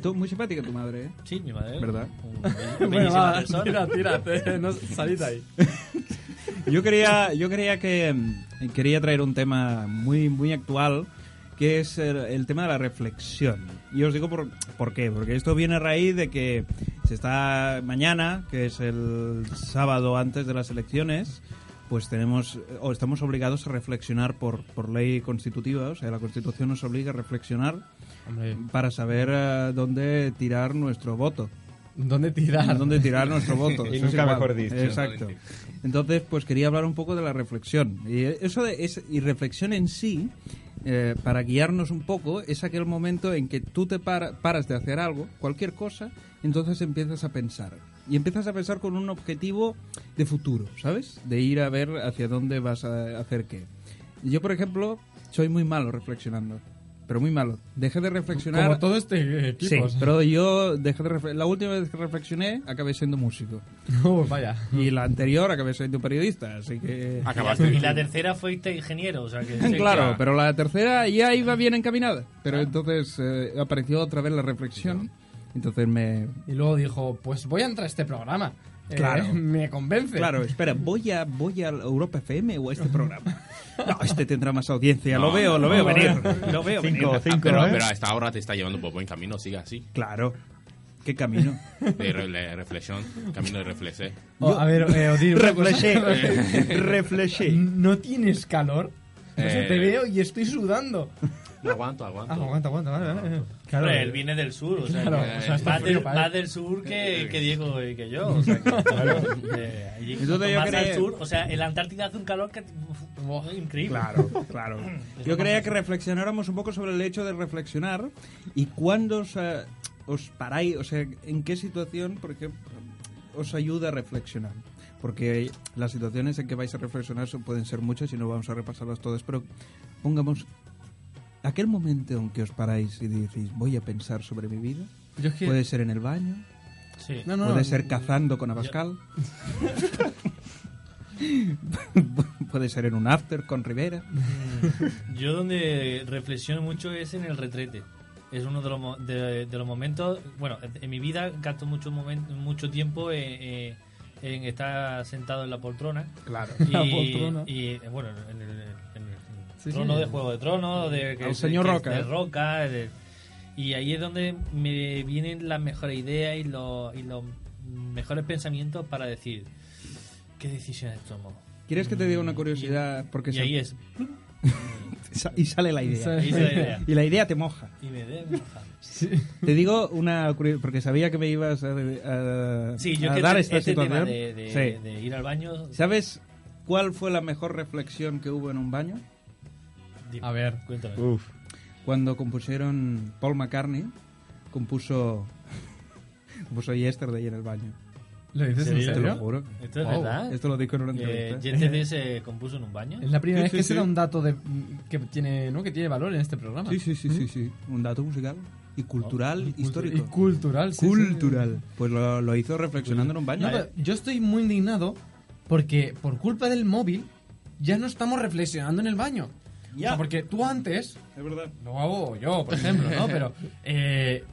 S5: Tú, muy simpática tu madre, ¿eh?
S3: Sí, mi madre.
S5: ¿Verdad?
S3: Una bellísima
S1: Bueno, va,
S3: persona.
S1: tira, tira, te- no, salid ahí.
S5: Yo quería, yo quería que mm, quería traer un tema muy, muy actual que es el, el tema de la reflexión. Y os digo por, por qué, porque esto viene a raíz de que se está mañana, que es el sábado antes de las elecciones, pues tenemos o estamos obligados a reflexionar por, por ley constitutiva, o sea, la Constitución nos obliga a reflexionar
S1: Hombre,
S5: para saber eh, dónde tirar nuestro voto
S1: ¿dónde
S5: a
S1: tirar?
S5: dónde tirar nuestro voto.
S4: Y
S5: Eso es
S4: nunca
S5: igual.
S4: mejor dicho.
S5: Exacto. Entonces, pues quería hablar un poco de la reflexión. Y eso de- es, y reflexión en sí, eh, para guiarnos un poco, es aquel momento en que tú te para- paras de hacer algo, cualquier cosa, entonces empiezas a pensar. Y empiezas a pensar con un objetivo de futuro, ¿sabes? De ir a ver hacia dónde vas a hacer qué. Yo, por ejemplo, soy muy malo reflexionando. Pero muy malo. Dejé de reflexionar.
S1: Como todo este equipo.
S5: Sí,
S1: o sea.
S5: pero yo dejé de refle- la última vez que reflexioné acabé siendo músico
S1: Uy, vaya.
S5: y la anterior acabé siendo periodista, así que
S7: Acabaste.
S3: Y Pues la tercera fuiste ingeniero, o sea que.
S5: claro,
S7: claro.
S5: pero la tercera ya iba bien encaminada, pero entonces eh, apareció otra vez la reflexión, entonces me
S1: Y luego dijo, pues voy a entrar a este programa. Eh,
S5: Claro.
S1: me convence.
S5: Claro, espera, voy a voy a Europa FM o a este programa. No, este tendrá más audiencia, lo veo, lo veo venir, lo veo venir.
S4: Cinco, cinco,
S7: Pero,
S4: ¿eh?
S7: pero a esta hora te está llevando por buen camino, sigue así.
S5: Claro. Qué camino.
S7: De re- de reflexión, camino de reflexión.
S1: O, a ver, eh, Odir, una cosa.
S5: Reflexé.
S1: ¿No tienes calor? No sé,
S7: Eh.
S1: te veo y estoy sudando.
S7: No aguanto, aguanto.
S1: Ah, aguanta, aguanta, vale, vale. Claro, eh,
S3: Claro, él viene del sur, o sea,
S1: Claro,
S3: que
S1: o sea, está ¿eh?
S3: más,
S1: frío
S3: del,
S1: para él.
S3: más del sur que, que Diego y que yo. O sea, que, eh, allí
S5: Entonces
S3: cuanto
S5: yo
S3: más
S5: creo-
S3: al sur, o sea, en la Antártida hace un calor que uf, increíble.
S5: Claro, claro. Yo creía que reflexionáramos un poco sobre el hecho de reflexionar y cuándo os, eh, os paráis, o sea, en qué situación, por ejemplo, os ayuda a reflexionar. Porque las situaciones en que vais a reflexionar son- pueden ser muchas y no vamos a repasarlas todas, pero pongamos aquel momento en que os paráis y decís, voy a pensar sobre mi vida.
S1: Yo es que-
S5: Puede ser en el baño,
S3: Sí.
S1: No, no,
S5: puede
S1: no.
S5: ser cazando con Abascal. puede ser en un after con Rivera.
S3: Yo donde reflexiono mucho es en el retrete. Es uno de los, mo- de, de los momentos, bueno, en mi vida gasto mucho momen- mucho tiempo eh, eh, en estar sentado en la poltrona.
S5: Claro.
S3: Y,
S1: La poltrona.
S3: y, eh, bueno, en el, en el
S1: Sí,
S3: trono
S1: sí.
S3: de Juego de Tronos, de,
S5: Al señor
S3: que-
S5: Roca,
S3: de
S5: ¿eh?
S3: Roca, de- y ahí es donde me vienen las mejores ideas y los, y los mejores pensamientos para decir qué decisiones tomo.
S5: ¿Quieres que te diga una curiosidad? Porque
S3: Y
S5: sa-
S3: ahí es, plum,
S5: sa- y sale la idea.
S1: Sale-
S3: ahí está la idea.
S5: Y la idea te moja.
S3: Y me de-
S1: Sí.
S5: Te digo una curiosidad, porque sabía que me ibas a, a-
S3: Sí, yo
S5: a
S3: es que
S5: Ah, dar
S3: te-
S5: esta
S3: este tema
S5: situación.
S3: de, de-
S5: Sí.
S3: de ir al baño.
S5: ¿Sabes cuál fue la mejor reflexión que hubo en un baño?
S3: dime,
S1: A ver.
S3: cuéntame.
S4: Uf.
S5: Cuando compusieron Paul McCartney, compuso, compuso Yesterday en el baño.
S1: ¿Lo dices en
S3: ¿Serio?
S5: Te lo
S1: serio?
S5: juro.
S3: Esto es
S1: Wow.
S3: verdad.
S5: Esto lo dijo en una
S3: Eh,
S5: entrevista.
S3: YTD se compuso en un baño.
S1: Es la primera
S5: Sí,
S1: vez
S5: sí,
S1: que se
S5: sí.
S1: da un dato de, que, tiene, ¿no? que tiene valor en este programa.
S5: Sí, sí, sí, sí, sí. Un dato musical y
S3: Oh,
S5: cultural,
S1: Cultu-
S5: histórico.
S1: Y cultural, sí, sí.
S5: cultural. Pues lo, lo hizo reflexionando en un baño.
S1: No, pero yo estoy muy indignado porque por culpa del móvil ya no estamos reflexionando en el baño. O sea, porque tú antes,
S5: Es verdad.
S1: lo hago yo, por ejemplo, ¿no? Pero eh,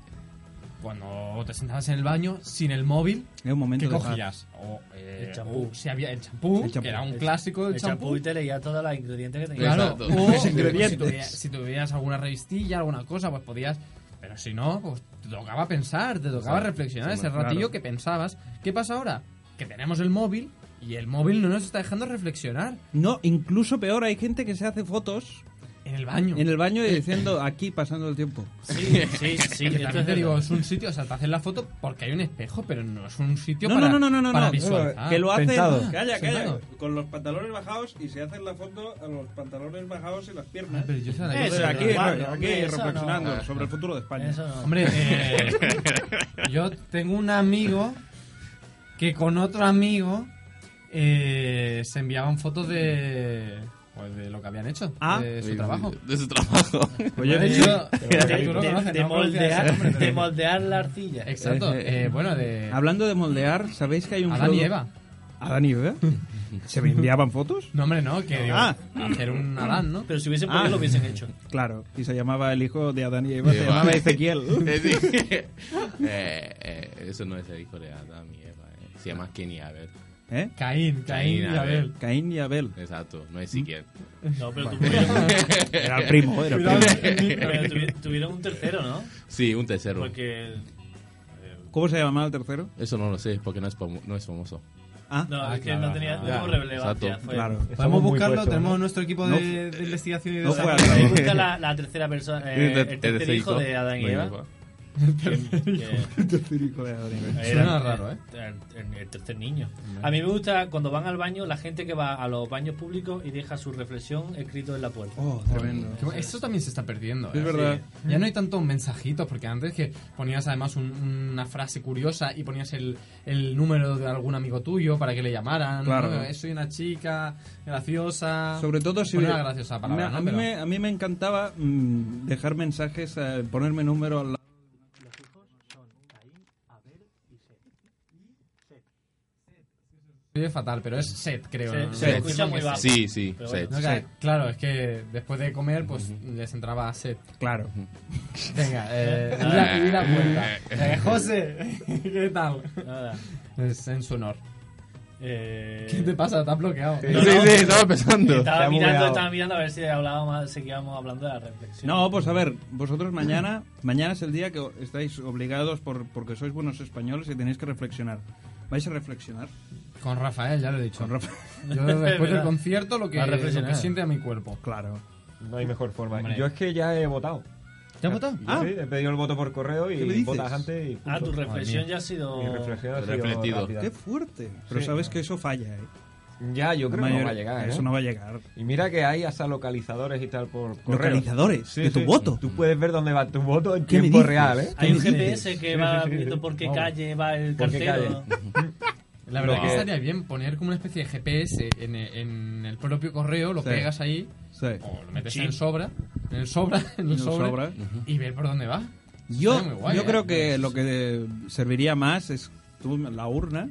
S1: cuando te sentabas en el baño sin el móvil,
S5: Es un momento
S1: ¿qué
S5: de paz.
S1: cogías? O, eh,
S3: El champú.
S1: o si había el champú,
S5: El champú.
S1: que era un clásico del
S3: el champú
S1: champú.
S3: y te leía todas las ingredientes que tenía.
S1: Claro,
S7: Exacto.
S1: o
S5: Los
S1: si
S5: ingredientes.
S1: tuviera- si tuvieras alguna revistilla, alguna cosa, pues podías... Pero si no, pues te tocaba pensar, te tocaba reflexionar ese ratillo que pensabas. ¿Qué pasa ahora? Que tenemos el móvil y el móvil no nos está dejando reflexionar
S5: No, incluso peor, hay gente que se hace fotos
S1: en el baño.
S5: en el baño y diciendo aquí pasando el tiempo.
S3: Sí, sí, sí.
S1: Que también
S3: esto es
S1: te digo,
S3: verdad.
S1: es un sitio, o sea, te hacen la foto porque hay un espejo, pero no es un sitio
S5: No,
S1: para,
S5: no, no, no, no,
S1: para
S5: no.
S1: visualizar.
S5: que lo hacen.
S4: Sentado.
S5: Calla, calla.
S1: Sentado.
S5: Con los pantalones bajados y se hacen la foto a los pantalones bajados y las piernas.
S1: Ah, Pero yo esa la-
S3: Eso
S5: Entonces, aquí,
S3: no vale,
S5: no, aquí
S3: hombre, eso
S5: reflexionando
S3: no.
S5: sobre el futuro de España.
S3: Eso no.
S1: Hombre, eh, yo tengo un amigo que con otro amigo eh, se enviaban fotos de, pues, de lo que habían hecho,
S5: Ah.
S1: de su trabajo. Pues
S7: De su trabajo.
S5: Oye,
S1: De hecho,
S3: De-
S1: tú lo
S3: de-
S1: conoces,
S3: de
S1: ¿no?
S3: moldear, de moldear la arcilla.
S1: Exacto, eh, bueno, de
S5: hablando de moldear, ¿sabéis que hay un
S1: Adán y
S5: feudo?
S1: Eva.
S5: a Danilo, ¿Se me enviaban fotos?
S1: No, hombre, no, que digo,
S5: Ah.
S1: hacer un Adán, ¿no?
S3: Pero si hubiesen podido, lo hubiesen hecho.
S5: Claro, y se llamaba el hijo de Adán y Eva, se
S7: Eva.
S5: llamaba Ezequiel.
S7: Es decir, eh, eh, eso no es el hijo de Adam y Eva. eh. Se llama Kenny Abel.
S5: ¿Eh?
S1: Caín, Caín y Abel.
S5: Caín y Abel.
S7: Exacto, no es Siquiel.
S3: No, pero tuvieron,
S5: Era el primo, era el primo.
S3: pero tuvi- tuvieron un tercero, ¿no?
S7: Sí, un tercero.
S3: Porque. el-
S5: ¿Cómo se llamaba el tercero?
S7: Eso no lo sé, porque no es, famo- no es famoso.
S5: Ah,
S3: No,
S1: Ah,
S3: es que
S1: claro,
S3: no tenía.
S1: ah,
S3: No,
S7: ya,
S3: tuvo relevancia.
S7: exacto.
S3: Fue,
S5: claro.
S1: Eh,
S2: Somos
S8: Podemos
S2: muy
S8: buscarlo,
S2: puestos,
S8: tenemos
S2: ¿no?
S8: nuestro equipo
S5: No
S8: de, de investigación y de
S5: No fue
S8: desarrollo.
S5: Adán.
S3: Busca la, la tercera persona. eh, el tercer hijo de Adán y Eva. que-
S1: Suena raro, ¿eh?
S3: El, el- el tercer niño. A mí me gusta cuando van al baño la gente que va a los baños públicos y deja su reflexión escrito en la puerta.
S5: Oh, tremendo.
S1: Qué bu- Eso también se está perdiendo. ¿eh?
S5: Es verdad.
S1: Sí. Ya no hay tantos mensajitos, porque antes que ponías además un- una frase curiosa y ponías el, el número de algún amigo tuyo para que le llamaran.
S5: Claro.
S1: ¿no? Eh, Soy una chica graciosa.
S5: Sobre todo si...
S1: Bueno, una graciosa palabra,
S5: Me-
S1: ¿no?
S5: a, mí
S1: Pero-
S5: me, a mí me encantaba mm, dejar mensajes, eh, ponerme número al lado.
S1: Soy fatal, pero es set, creo.
S3: Se,
S1: ¿no?
S3: se
S1: Sí.
S3: escucha muy bajo.
S7: Sí, sí,
S3: Pero
S7: sí.
S3: Ah, bueno.
S1: No, claro, claro, es que después de comer, pues les entraba set.
S5: Claro.
S1: Venga, eh, ir a- ir a puerta. Eh, José, ¿qué tal?
S3: Nada.
S1: Es en su honor.
S3: Eh,
S1: ¿Qué te pasa? ¿Estás bloqueado?
S7: Sí, sí, estaba pensando.
S3: estaba,
S2: Te ha
S3: mirando,
S2: bugueado.
S3: estaba mirando a ver si hablábamos, seguíamos hablando de la reflexión.
S5: No, pues a ver, vosotros mañana, mañana es el día que estáis obligados por, porque sois buenos españoles y tenéis que reflexionar. ¿Vais a reflexionar?
S1: Con Rafael, ya lo he dicho.
S5: Con Rafa-
S1: Yo después del
S3: Verdad.
S1: concierto lo que,
S3: Va a
S1: lo
S3: reflexionar.
S1: que siente a mi cuerpo.
S5: Claro.
S2: No hay mejor forma.
S1: Hombre.
S2: Yo es que ya he votado.
S1: ¿Te has votado?
S2: Yo
S5: Ah.
S2: Sí, he pedido el voto por correo
S5: ¿Qué me
S2: y
S5: dices?
S2: votas antes y punto.
S3: Ah, tu reflexión ya ha
S2: Mi
S3: sido.
S2: reflexión ha sido
S7: Refletido.
S2: rápida.
S5: ¡Qué fuerte! Pero
S2: Sí.
S5: sabes que eso falla, ¿eh?
S2: Ya, yo creo que no va a llegar, ¿eh?
S5: Eso no va a llegar.
S2: Y mira que hay hasta localizadores y tal por correo.
S5: Localizadores
S2: Sí,
S5: de tu
S2: sí.
S5: voto.
S2: Tú puedes ver dónde va tu voto en
S5: ¿Qué me
S2: tiempo
S5: dices?
S2: real, ¿eh?
S3: Hay un
S5: Sí, sí, sí.
S3: GPS que va viendo por qué
S2: Vamos.
S3: calle va el
S2: Por qué
S3: cartero.
S1: La verdad
S7: No.
S1: que estaría bien poner como una especie de GPS en, e- en el propio correo, lo
S5: Sí.
S1: pegas ahí,
S5: Sí.
S1: o lo metes en sobra, en el sobra, en el
S5: el
S1: sobre,
S5: sobra.
S1: y ver por dónde va. Estaría muy
S5: Yo,
S1: guay,
S5: yo
S1: ¿eh?
S5: creo que lo que serviría más es tú, la urna.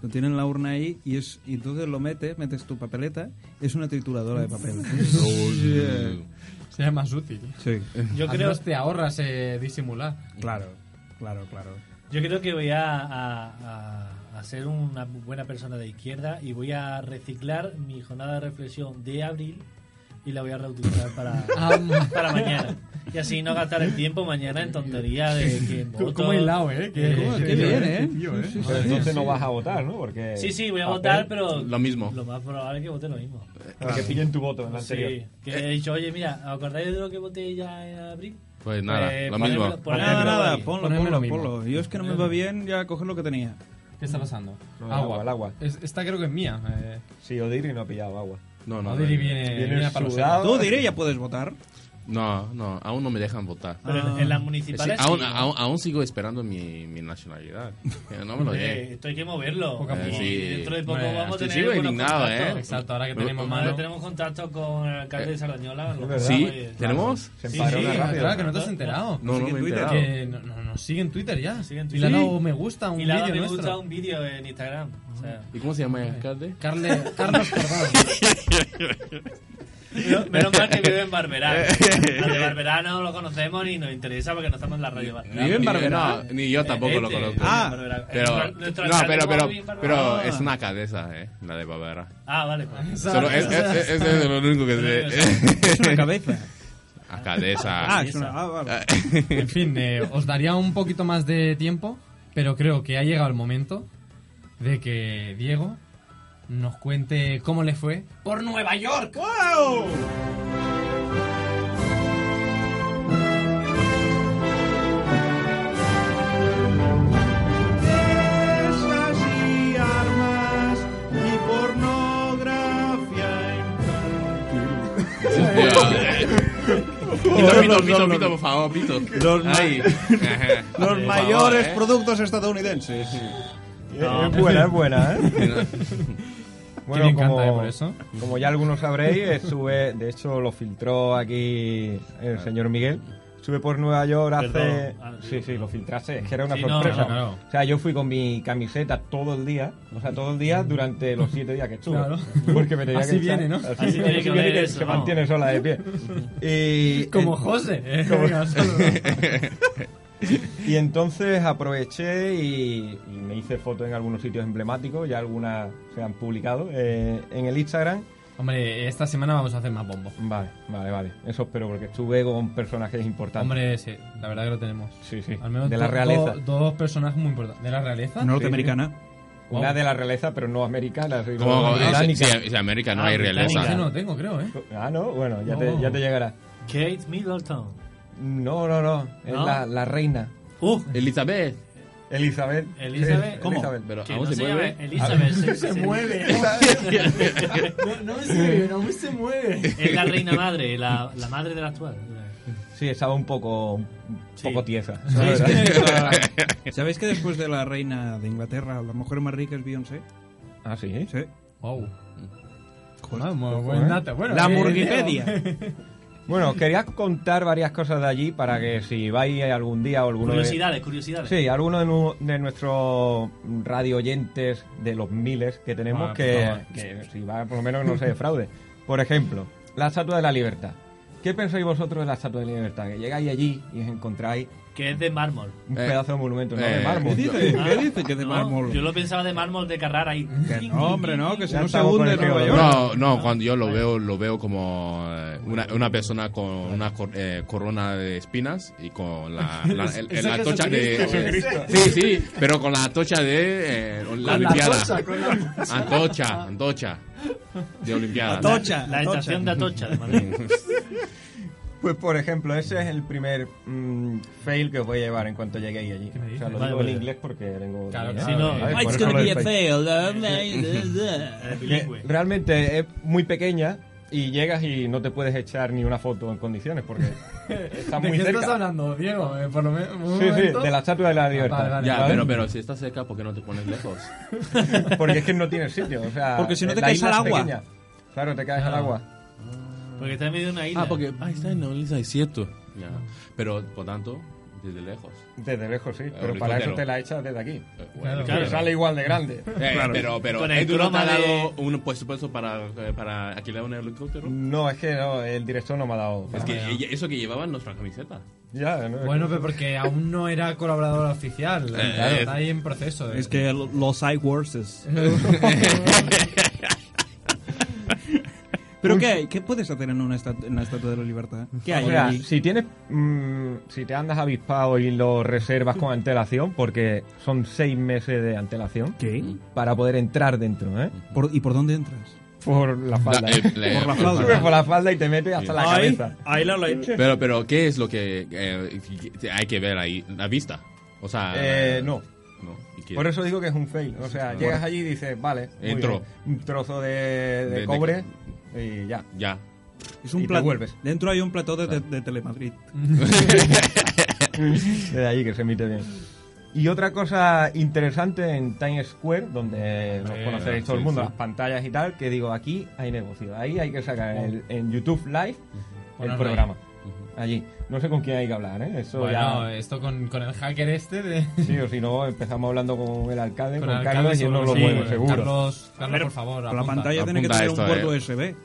S5: Lo tienen la urna ahí y, es, y entonces lo metes, metes tu papeleta. Es una trituradora de papel. Sí.
S1: Sería más útil.
S5: sí.
S3: Yo creo,
S1: Además te ahorras eh, disimular.
S5: Claro, claro, claro.
S3: Yo creo que voy a, a- a- a ser una buena persona de izquierda y voy a reciclar mi jornada de reflexión de abril y la voy a reutilizar para, para mañana. Y así no gastar el tiempo mañana en tontería de que voto.
S1: Como hilado, ¿eh? Que-
S5: Oh,
S1: que-
S5: qué bien, ¿eh?
S2: Pero entonces no vas a votar, ¿no? Porque
S3: Sí, sí, voy a
S2: papel,
S3: votar, pero
S7: Lo mismo. Ah.
S3: Lo más probable es que vote lo mismo.
S2: Que pillen tu voto en la
S3: Sí,
S2: anterior.
S3: que he dicho, oye, mira, ¿os ¿acordáis de lo que voté ya en abril?
S7: Pues nada,
S3: Eh,
S7: lo
S3: ponérmelo-
S7: mismo.
S3: ponérmelo
S5: nada, nada,
S3: ahí.
S5: ponlo,
S1: Ponedme
S5: ponlo,
S1: lo mismo.
S5: ponlo. Yo es que no me va bien, ya coger lo que tenía.
S1: ¿Qué está pasando?
S2: No, el agua, el agua.
S1: Es- esta creo que es mía. Eh,
S2: Sí, Odiri no ha pillado agua.
S7: No, eh, no,
S1: Adri
S7: no,
S1: viene,
S2: Viene
S1: viene a
S2: sudado.
S1: palosear.
S5: Tú diré, ya puedes votar.
S7: no, no, aún no me dejan votar.
S3: Pero en, en las municipales.
S7: Sí, aún,
S3: sí.
S7: aún- aún sigo esperando mi, mi nacionalidad. Que No me lo
S3: Eh,
S7: den.
S3: esto hay que moverlo.
S1: Poco a
S3: Y
S1: poco.
S7: Sí.
S3: Dentro de poco
S1: Bueno,
S3: vamos a
S7: estoy-
S3: tener.
S7: sigo
S3: buenos
S7: indignado,
S3: contactos.
S7: ¿eh.
S1: Exacto, ahora que
S7: Pero-
S1: tenemos
S7: pero-
S3: Ahora
S1: mano.
S3: tenemos contacto con el alcalde de Sardañola. lo
S2: verdad.
S7: Sí,
S3: cual, eh,
S7: ¿tenemos?
S2: Se
S3: Sí,
S2: emparó
S3: sí,
S2: la rápido.
S1: Claro, que no te has enterado.
S7: No, no me he enterado.
S1: Que no, no, nos sigue en Twitter ya.
S3: Sigue en
S1: Y le
S3: Twitter.
S1: ha dado me gusta a un
S3: Y le ha dado
S1: vídeo
S3: me gusta a
S1: nuestro.
S3: un vídeo en Instagram. O sea,
S7: ¿Y cómo se llama el alcalde?
S1: Carle- Carlos Cordón.
S3: menos- menos mal que vive en Barberá. Al de Barberá no lo conocemos ni nos interesa porque no estamos en la radio Barberá.
S7: Ni- no, ni yo tampoco lo
S3: Este,
S7: conozco.
S3: Ah,
S7: Pero,
S3: Barberá. Nuestro
S7: no,
S3: alcalde
S7: pero, pero,
S3: vive en Barberá.
S7: pero es una cabeza, eh, la de Bavara.
S3: Ah, vale. Pues.
S7: Solo es, es, es, es lo único que
S5: Es una
S7: sé.
S5: cabeza.
S7: A cabeza.
S5: Ah, es una. Ah, vale.
S1: En fin, eh, os daría un poquito más de tiempo, pero creo que ha llegado el momento de que Diego nos cuente cómo le fue por Nueva York.
S5: Esas y armas y pornografía.
S7: Pito, pito, pito, pito, por favor, pito.
S5: Los ma-
S7: Ay.
S5: Los
S7: Por
S5: mayores
S7: favor, eh.
S5: productos estadounidenses.
S2: Eh, Es buena, es buena, ¿eh?
S7: eh.
S2: Bueno,
S1: me encanta,
S2: como,
S1: ¿eh? Por eso.
S2: como ya algunos sabréis, eh, sube, de hecho lo filtró aquí el señor Miguel,
S4: Sube por Nueva York,
S3: Del
S4: hace.
S3: todo. Ah, sí,
S4: sí, sí, lo filtrase. Es que era una
S3: Sí, no,
S4: sorpresa.
S3: no,
S1: claro.
S4: O sea, yo fui con mi camiseta todo el día, o sea, todo el día durante los siete días que estuve.
S1: Claro.
S4: Porque me tenía
S1: Así
S4: que echar-
S1: viene, ¿no?
S3: Así tiene que oler eso,
S4: se
S3: ¿no?
S4: mantiene sola de pie. Y,
S1: Como
S4: en-
S1: José. ¿eh?
S4: Como-
S1: Venga, solo-
S4: y entonces aproveché y, y me hice fotos en algunos sitios emblemáticos, ya algunas se han publicado eh, en el Instagram.
S1: Hombre, esta semana vamos a hacer más bombo.
S4: Vale, vale, vale. Eso espero porque estuve con personajes importantes.
S1: Hombre, sí, la verdad que lo tenemos.
S4: Sí, sí.
S1: Al menos
S4: de la
S1: do-
S4: realeza.
S1: do- dos personajes muy importantes. ¿De la realeza?
S5: Norteamericana.
S4: Una de la realeza, pero no americana, sino
S7: Como como- si,
S4: británica.
S7: si- si América no
S3: Ah,
S7: hay
S3: británica.
S1: Yo
S7: realeza.
S1: no lo tengo, creo, ¿eh?
S4: Ah, no, bueno, ya,
S1: No.
S4: te, ya te llegará.
S3: Kate Middleton.
S4: No, no, no. Es
S3: ¿No?
S4: La, la reina.
S3: Uh,
S7: Elizabeth.
S4: Elizabeth.
S3: Elizabeth.
S4: Sí,
S3: ¿Cómo?
S4: Elizabeth.
S7: Pero
S3: que
S7: aún
S3: no
S7: se
S3: se llama
S7: mueve.
S3: Elizabeth. Se, se-
S1: No, me se no me se mueve.
S3: Es la reina madre, la, la madre de la actual.
S4: Sí, estaba un poco, un
S3: Sí.
S4: poco tiesa.
S5: ¿Sabéis
S4: la verdad.
S5: que, ¿Sabéis que después de la reina de Inglaterra, la mujer más rica es Beyoncé?
S4: Ah, sí.
S5: Sí.
S1: Wow.
S5: Joder.
S1: Ah, muy buen dato. Bueno, eh,
S5: la
S1: bien,
S5: Murgipedia.
S4: eh, Bueno, quería contar varias cosas de allí para que si vais algún día o alguno de,
S3: Curiosidades, curiosidades.
S4: Sí, alguno de, nu- de nuestros radio oyentes de los miles que tenemos
S1: Ah, por
S4: que,
S1: favor.
S3: pues
S4: que si va por lo menos no se defraude. Por ejemplo, la Estatua de la Libertad. ¿Qué pensáis vosotros de la Estatua de la Libertad? Que llegáis allí y os encontráis
S3: Que es de mármol.
S4: un
S7: Eh,
S4: pedazo de monumento, ¿no?
S7: eh,
S4: de mármol.
S5: ¿Qué dice?
S3: Ah,
S5: ¿Qué dice que es de
S3: no,
S5: mármol?
S3: Yo lo pensaba de mármol de Carrara y.
S5: Que no, hombre, no, que si
S4: Ya
S5: no se
S4: estamos con
S5: hunde
S4: el
S5: Nueva
S4: geólogo.
S5: York.
S7: No, no, cuando yo lo veo, lo veo como eh, una, una persona con una cor- eh, corona de espinas y con la, la, el- el- la tocha de... eh, Sí, sí, pero con la tocha de eh, la Olimpiada. Antocha, antocha. De Olimpiada.
S5: Atocha,
S3: La
S5: Atocha.
S3: estación de Atocha de Madrid.
S4: Pues por ejemplo, ese es el primer mm, fail que os voy a llevar en cuanto lleguéis allí. O sea, lo
S3: Vale,
S4: digo
S3: vale.
S4: en inglés porque tengo...
S1: Claro,
S4: ¿no?
S3: si no-
S4: ¿Sabes?
S3: Ah,
S4: Por
S3: it's
S4: eso lo del fail.
S5: Eh,
S4: Que
S3: Bilingüe.
S4: Eh, realmente es muy pequeña y llegas y no te puedes echar ni una foto en condiciones porque está
S1: ¿De
S4: muy
S1: qué
S4: cerca.
S1: estás hablando, Diego? Eh, por lo menos. un
S4: Sí, sí,
S1: momento.
S4: de la estatua de la libertad.
S1: Vale, vale.
S7: Ya,
S4: ¿sabes?
S7: pero, pero si estás cerca, ¿por qué no te pones lejos?
S4: Porque es que no tienes sitio, o sea...
S5: Porque si no te
S4: la
S5: caes
S4: isla
S5: al
S4: es
S5: agua.
S4: pequeña. Claro, te caes al agua.
S3: Porque está en medio de una isla.
S7: Ah, porque ahí está en la isla, es cierto. Ya. Pero, por tanto, desde lejos.
S4: Desde lejos, sí, pero
S7: el
S4: para eso
S7: helicóptero.
S4: te la echas desde aquí.
S7: Eh, bueno,
S4: Pero
S3: Claro.
S4: sale igual de grande.
S7: Eh, Pero, pero,
S3: Con el
S7: ¿eh, ¿tú no te
S3: croma
S7: has
S3: de-
S7: dado un presupuesto para, eh, para alquilar un helicóptero?
S4: No, es que no, el director no me ha dado...
S7: Es que ella- eso que llevaban nuestra camiseta.
S4: Ya, no,
S1: Bueno, pero porque aún no era colaborador oficial.
S4: Eh,
S7: claro.
S1: Está ahí en proceso. eh.
S5: Es que lo- los side horses. ¿Pero qué, qué puedes hacer en una, estatua, en la Estatua de la Libertad? ¿Qué hay
S4: O sea,
S5: allí?
S4: si tienes, mm, si te andas avispado y lo reservas con antelación, porque son seis meses de antelación
S5: ¿Qué?
S4: para poder entrar dentro, ¿eh,
S5: ¿Por- ¿Y por dónde entras?
S4: por la falda.
S7: La- eh,
S5: Por la
S7: eh,
S5: falda.
S4: Subes por la falda y te metes hasta la cabeza.
S5: ahí la leche.
S7: Pero, pero, ¿qué es lo que eh, que hay que ver ahí? ¿La vista? O sea...
S4: Eh, no.
S7: no. ¿Y qué?
S4: Por eso digo que es un fail. O sea, llegas allí y dices, vale, muy
S7: Entro.
S4: bien, un trozo de, de
S7: De- de-
S4: cobre y ya.
S7: Ya.
S5: Es
S4: y
S5: un
S4: te
S5: plat-
S4: vuelves.
S5: Dentro hay un plató de, de Telemadrid.
S4: Desde allí que se emite bien. Y otra cosa interesante en Times Square, donde nos
S7: Eh,
S4: conoceréis todo el
S7: sí,
S4: mundo,
S7: sí.
S4: las pantallas y tal, que digo, aquí hay negocio. Ahí hay que sacar el- en YouTube Live el
S1: Ponerlo
S4: programa. Allí. No sé con quién hay que hablar, ¿eh? Eso
S1: Bueno,
S4: ya...
S1: esto con, con el hacker este de.
S4: Sí, o si no, empezamos hablando con el alcalde, con,
S1: el alcalde
S4: Carlos, y él nos lo
S1: seguro, sí,
S4: mueve, seguro.
S1: Carlos, Carlos, por favor.
S5: la
S1: apunta.
S5: pantalla tiene que
S7: Apunta
S5: tener
S7: esto,
S5: un puerto
S7: eh.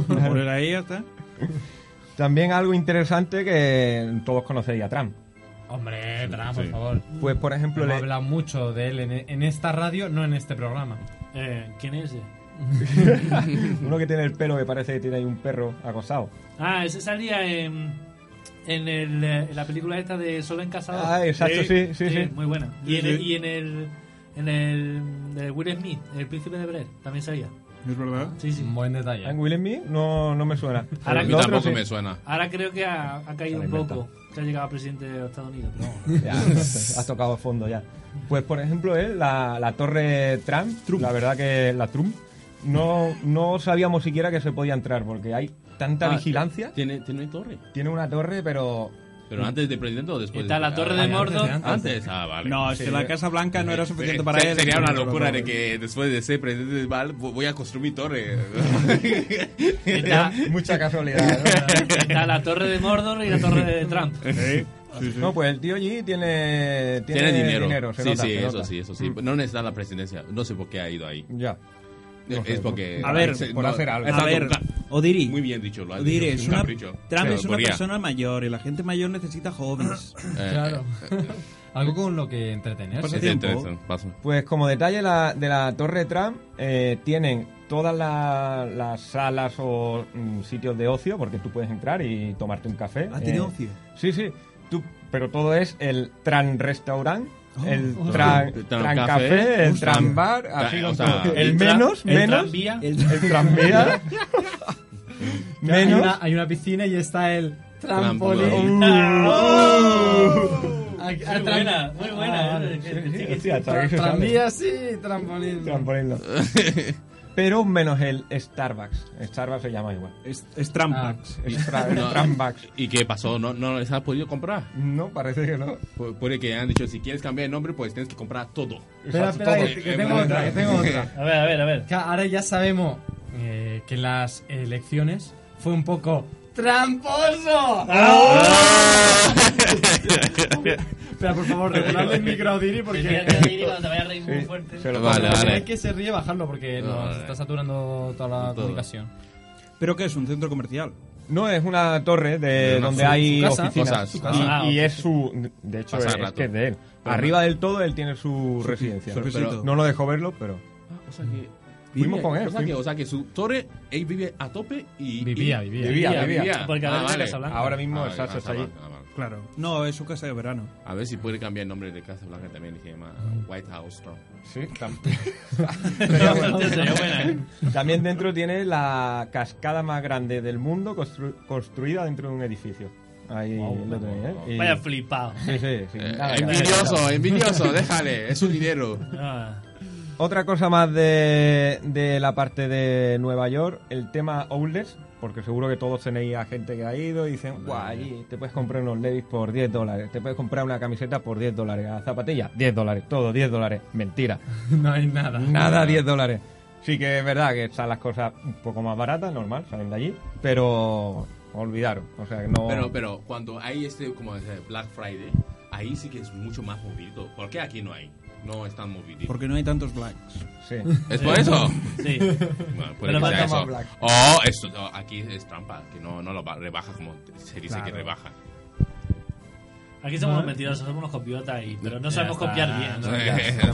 S5: USB. Por ahí ya está.
S4: También algo interesante que todos conocéis a Trump.
S1: Hombre, Tra, por
S7: sí.
S1: favor.
S4: Pues, por ejemplo,
S1: Hemos
S4: le-
S1: hablado mucho de él en, en esta radio, no en este programa.
S3: Eh, ¿Quién es ese?
S4: uno que tiene el pelo que parece que tiene ahí un perro acosado.
S3: Ah, ese salía en, en, el, eh, en la película esta de Solo en Casa. dos.
S4: Ah, exacto, sí, sí, sí.
S3: Muy buena.
S5: Sí,
S3: Y en, el-
S5: sí.
S3: y en el. En el de Will Smith, el príncipe de Brer, también salía.
S5: Es verdad.
S3: Sí, sí.
S1: Un buen detalle.
S4: ¿En Will and Me? No, no me suena.
S3: Ahora
S7: A mí
S3: lo
S7: tampoco
S4: sí.
S7: me suena.
S3: Ahora creo que ha, ha caído
S4: Se
S3: un
S4: lo inventa.
S3: poco, que ha llegado a presidente de los Estados Unidos. pero vamos.
S4: Ya, has tocado a fondo ya. Pues por ejemplo, él, la, la torre Trump, la verdad que la Trump, no, no sabíamos siquiera que se podía entrar porque hay tanta
S7: Ah,
S4: vigilancia.
S7: Tiene, tiene torre.
S4: Tiene una torre, pero
S7: ¿Pero antes de presidente o después?
S3: Está
S7: de-
S3: la Torre de
S7: Ah,
S3: Mordor.
S7: Antes, Antes, ah, vale.
S5: No, es que la Casa Blanca no era suficiente
S7: Eh,
S5: para
S7: se-
S5: él.
S7: Sería una locura de que después de ser presidente de Val vo- voy a construir mi torre.
S3: Está,
S4: Mucha casualidad, ¿no?
S3: está la Torre de Mordor y la Torre de Trump.
S4: No, pues el tío G tiene, tiene,
S7: Tiene dinero.
S4: se
S7: sí,
S4: nota,
S7: sí,
S4: se
S7: eso
S4: nota.
S7: sí, eso sí. No necesita la presidencia. No sé por qué ha ido ahí.
S4: Ya.
S7: Eh, es porque...
S5: A ver,
S7: se-
S4: por hacer algo.
S7: Exacto,
S5: A ver,
S7: un ca-
S5: Odiri.
S7: Muy bien dicho, lo has
S5: Odiri,
S7: dicho,
S5: es
S7: un
S5: una,
S7: capricho.
S5: Trump
S7: Pero
S5: es una
S7: podría,
S5: persona mayor y la gente mayor necesita jóvenes.
S7: eh,
S1: Claro. Algo con lo que entretenerse.
S7: Sí,
S5: tiempo.
S7: interesante, pasa.
S4: Pues como detalle la- de la Torre Trump, eh, tienen todas la- las salas o mm, sitios de ocio, porque tú puedes entrar y tomarte un café.
S5: Ah, tiene
S4: eh,
S5: ocio.
S4: Sí, sí. Tú, pero todo es el Tran Restaurant, el
S5: oh.
S4: Tran,
S7: El Tran
S4: tran Café,
S7: Café,
S4: el
S7: ostras.
S4: Tran Bar,
S7: Tra-
S4: así
S7: o
S4: con
S7: sea,
S4: todo.
S7: el
S4: El
S3: tra-
S4: menos,
S3: el
S4: menos,
S3: tranvía.
S4: el tranvía,
S1: Hay
S4: menos,
S1: una, hay una piscina y está el trampolín.
S7: Trampolín.
S4: Uh.
S1: Ah, ah,
S3: Muy
S1: tran-
S3: buena, muy buena.
S1: Ah,
S4: eh.
S1: vale.
S4: Hostia, hasta que
S1: Tra-
S4: se sale.
S1: Tranvía sí, trampolín.
S4: Trampolín no. Pero menos el Starbucks. Starbucks se llama igual.
S5: Es, es trampa.
S7: Ah.
S4: Stra-
S7: No.
S4: Starbucks.
S7: ¿Y qué pasó? ¿No, no les has podido comprar?
S4: No, parece que no.
S7: Pu- Puede que hayan dicho, si quieres cambiar de nombre, pues tienes que comprar todo.
S1: Espera, espera,
S4: Todo.
S1: que, que tengo otra, que tengo otra.
S3: A ver, a ver, a ver.
S1: Claro, Ahora ya sabemos eh, que las elecciones fue un poco tramposo. Espera, por favor, reguladle el micro a Odiri
S3: Decía
S1: porque...
S3: que Odiri cuando te vayas a reír muy
S4: Sí,
S3: fuerte.
S4: se lo
S7: Vale,
S4: compro.
S1: Si
S7: vale.
S1: veis que se ríe, bajarlo porque nos
S7: Vale.
S1: está saturando toda la
S7: Todo.
S1: comunicación.
S5: Pero que es un centro comercial.
S4: No, es una torre de
S7: Una
S4: Eh, donde
S7: su-
S4: hay
S1: su casa.
S4: oficinas.
S7: Su
S4: Y,
S7: casa.
S3: Ah,
S4: y
S3: ok.
S4: es su... De hecho,
S7: Pasa
S4: es,
S7: rato.
S4: que es de él.
S7: Pero-
S4: Arriba del todo él tiene su residencia.
S5: su pisito.
S4: no lo dejó verlo, pero...
S7: Ah, O sea que.
S4: Fuimos con él,
S7: O sea, que,
S4: fuimos.
S7: o sea que su torre, él vive a tope y.
S1: Vivía,
S7: y-
S1: vivía.
S4: Vivía, vivía.
S3: Porque a
S7: Ah,
S3: ver,
S7: vale.
S3: Casa Blanca.
S4: Ahora mismo
S7: Ah,
S4: el Sasso está
S7: Casa
S4: allí.
S7: Blanca, ah, vale.
S5: Claro. No, es su casa de verano.
S7: A ver si puede cambiar el nombre de Casa Blanca también. y Se llama White House Trump.
S4: Sí, tam-
S3: Sería buena, sería buena.
S4: También dentro tiene la cascada más grande del mundo constru- construida dentro de un edificio. Ahí lo tenéis, ¿eh? Y-
S3: Vaya flipado.
S4: Sí, sí, sí.
S7: Eh,
S4: Nada, nada,
S7: envidioso,
S4: nada.
S7: envidioso, déjale, es su dinero.
S3: Ah,
S4: Otra cosa más de, de la parte de Nueva York, el tema outlets, porque seguro que todos tenéis a gente que ha ido y dicen, guau, allí te puedes comprar unos levis por 10 dólares, te puedes comprar una camiseta por 10 dólares, las zapatillas, 10 dólares, todo 10 dólares. Mentira,
S1: No hay nada.
S4: nada 10 dólares. Sí que es verdad que están las cosas un poco más baratas, normal, salen de allí, pero olvidaros, o sea que no...
S7: Pero, pero cuando hay este, como dice, Black Friday, ahí sí que es mucho más movido. ¿Por qué aquí no hay? No es tan movido.
S5: Porque no hay tantos blacks.
S4: Sí.
S7: ¿Es por eso?
S3: sí.
S7: Bueno,
S3: Pero
S7: puede que
S3: más
S7: sea
S3: como
S7: eso.
S4: Black.
S7: Oh, esto, no, aquí es trampa, que no, no lo ba- rebaja como se dice que
S4: Claro.
S7: rebaja.
S3: Aquí somos unos mentirosos, somos unos copiotas y, pero no sabemos copiar bien. ¿no?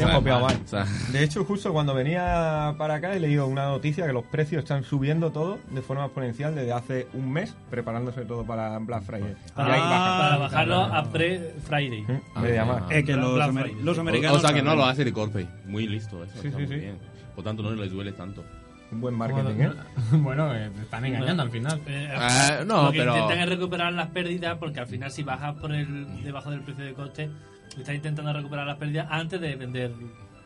S4: hemos copiado mal.
S7: O sea,
S4: De hecho, justo cuando venía para acá he leído una noticia que los precios están subiendo todo de forma exponencial desde hace un mes, preparándose todo para Black Friday.
S3: Para,
S4: y ahí baja.
S3: para bajarlo a pre-Friday.
S4: Ah, ¿Eh?
S7: Ah,
S4: Media más.
S7: ah.
S5: Eh, que los,
S3: Black
S5: amer-
S3: Friday.
S5: los
S3: O-
S5: americanos.
S7: o sea que no
S5: saben.
S7: lo hace de golpe. Muy listo, eso
S4: Sí,
S7: está
S4: sí,
S7: muy
S4: sí.
S7: bien. Por tanto, no les duele tanto.
S4: Un buen marketing, ¿eh?
S1: Bueno, eh, te están engañando al final.
S3: Eh,
S7: Ah, no,
S3: lo que
S7: pero-
S3: intentan es recuperar las pérdidas porque al final si bajas por el debajo del precio de coste estás intentando recuperar las pérdidas antes de vender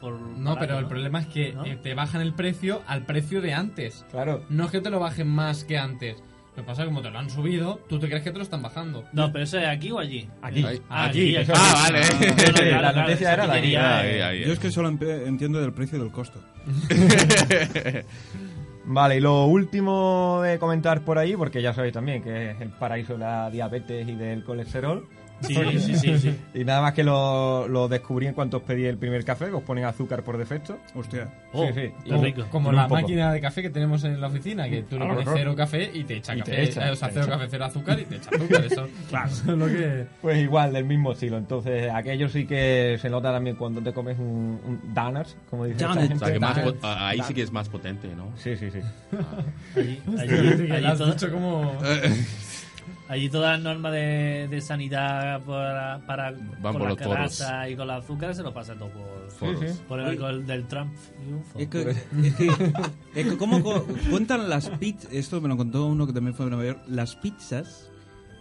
S3: por
S1: No,
S3: barato,
S1: pero el problema es que
S3: ¿No?
S1: eh, te bajan el precio al precio de antes.
S4: Claro.
S1: No es que te lo bajen más que antes. Lo que pasa es que como te lo han subido, tú te crees que te lo están bajando.
S3: no pero eso es aquí o allí
S4: Aquí.
S7: Ahí.
S3: Ah,
S4: Aquí.
S3: aquí.
S7: Ah, vale.
S3: No, no, claro,
S4: La
S3: claro,
S4: noticia
S3: esa
S4: era la de aquí.
S3: pillería,
S7: Ahí,
S3: eh.
S7: ahí,
S5: Yo es que solo empe- entiendo del precio y del costo.
S4: Vale, y lo último de comentar por ahí, porque ya sabéis también que es el paraíso de la diabetes y del colesterol.
S3: sí sí sí, sí.
S4: Y nada más que lo, lo descubrí en cuanto os pedí el primer café, que os ponen azúcar por defecto.
S5: Hostia.
S3: Oh,
S4: Sí, sí.
S3: qué
S4: Como-
S3: rico
S1: Como
S4: Un
S1: la
S4: poco.
S1: máquina de café que tenemos en la oficina, que tú le
S4: A lo
S1: pones
S4: mejor.
S1: cero café y te echa
S4: Y te
S1: café.
S4: echa,
S1: eh, o sea,
S4: te
S1: cero
S4: echa.
S1: café, cero azúcar y te echa azúcar. Eso, claro. eso es lo que.
S4: Pues igual, del mismo estilo. Entonces, aquello sí que se nota también cuando te comes un, un donuts, como dice esta
S5: Donuts.
S7: O
S4: gente.
S7: sea, que más po- ah, ahí sí que es más potente, ¿no?
S4: Sí, sí, sí.
S3: allí, allí-
S1: que
S3: allí
S1: lo has
S3: toda-
S1: dicho como.
S3: allí todas las normas de, de sanidad para, para con
S7: por
S3: la
S7: los toros.
S3: grasa y con la azúcar se lo pasan todo por,
S7: Foros.
S3: por el alcohol del Trump y un foro.
S5: Es que, es que, es que ¿cómo co- cuentan las pizzas? Esto me lo contó uno que también fue de Nueva York. Las pizzas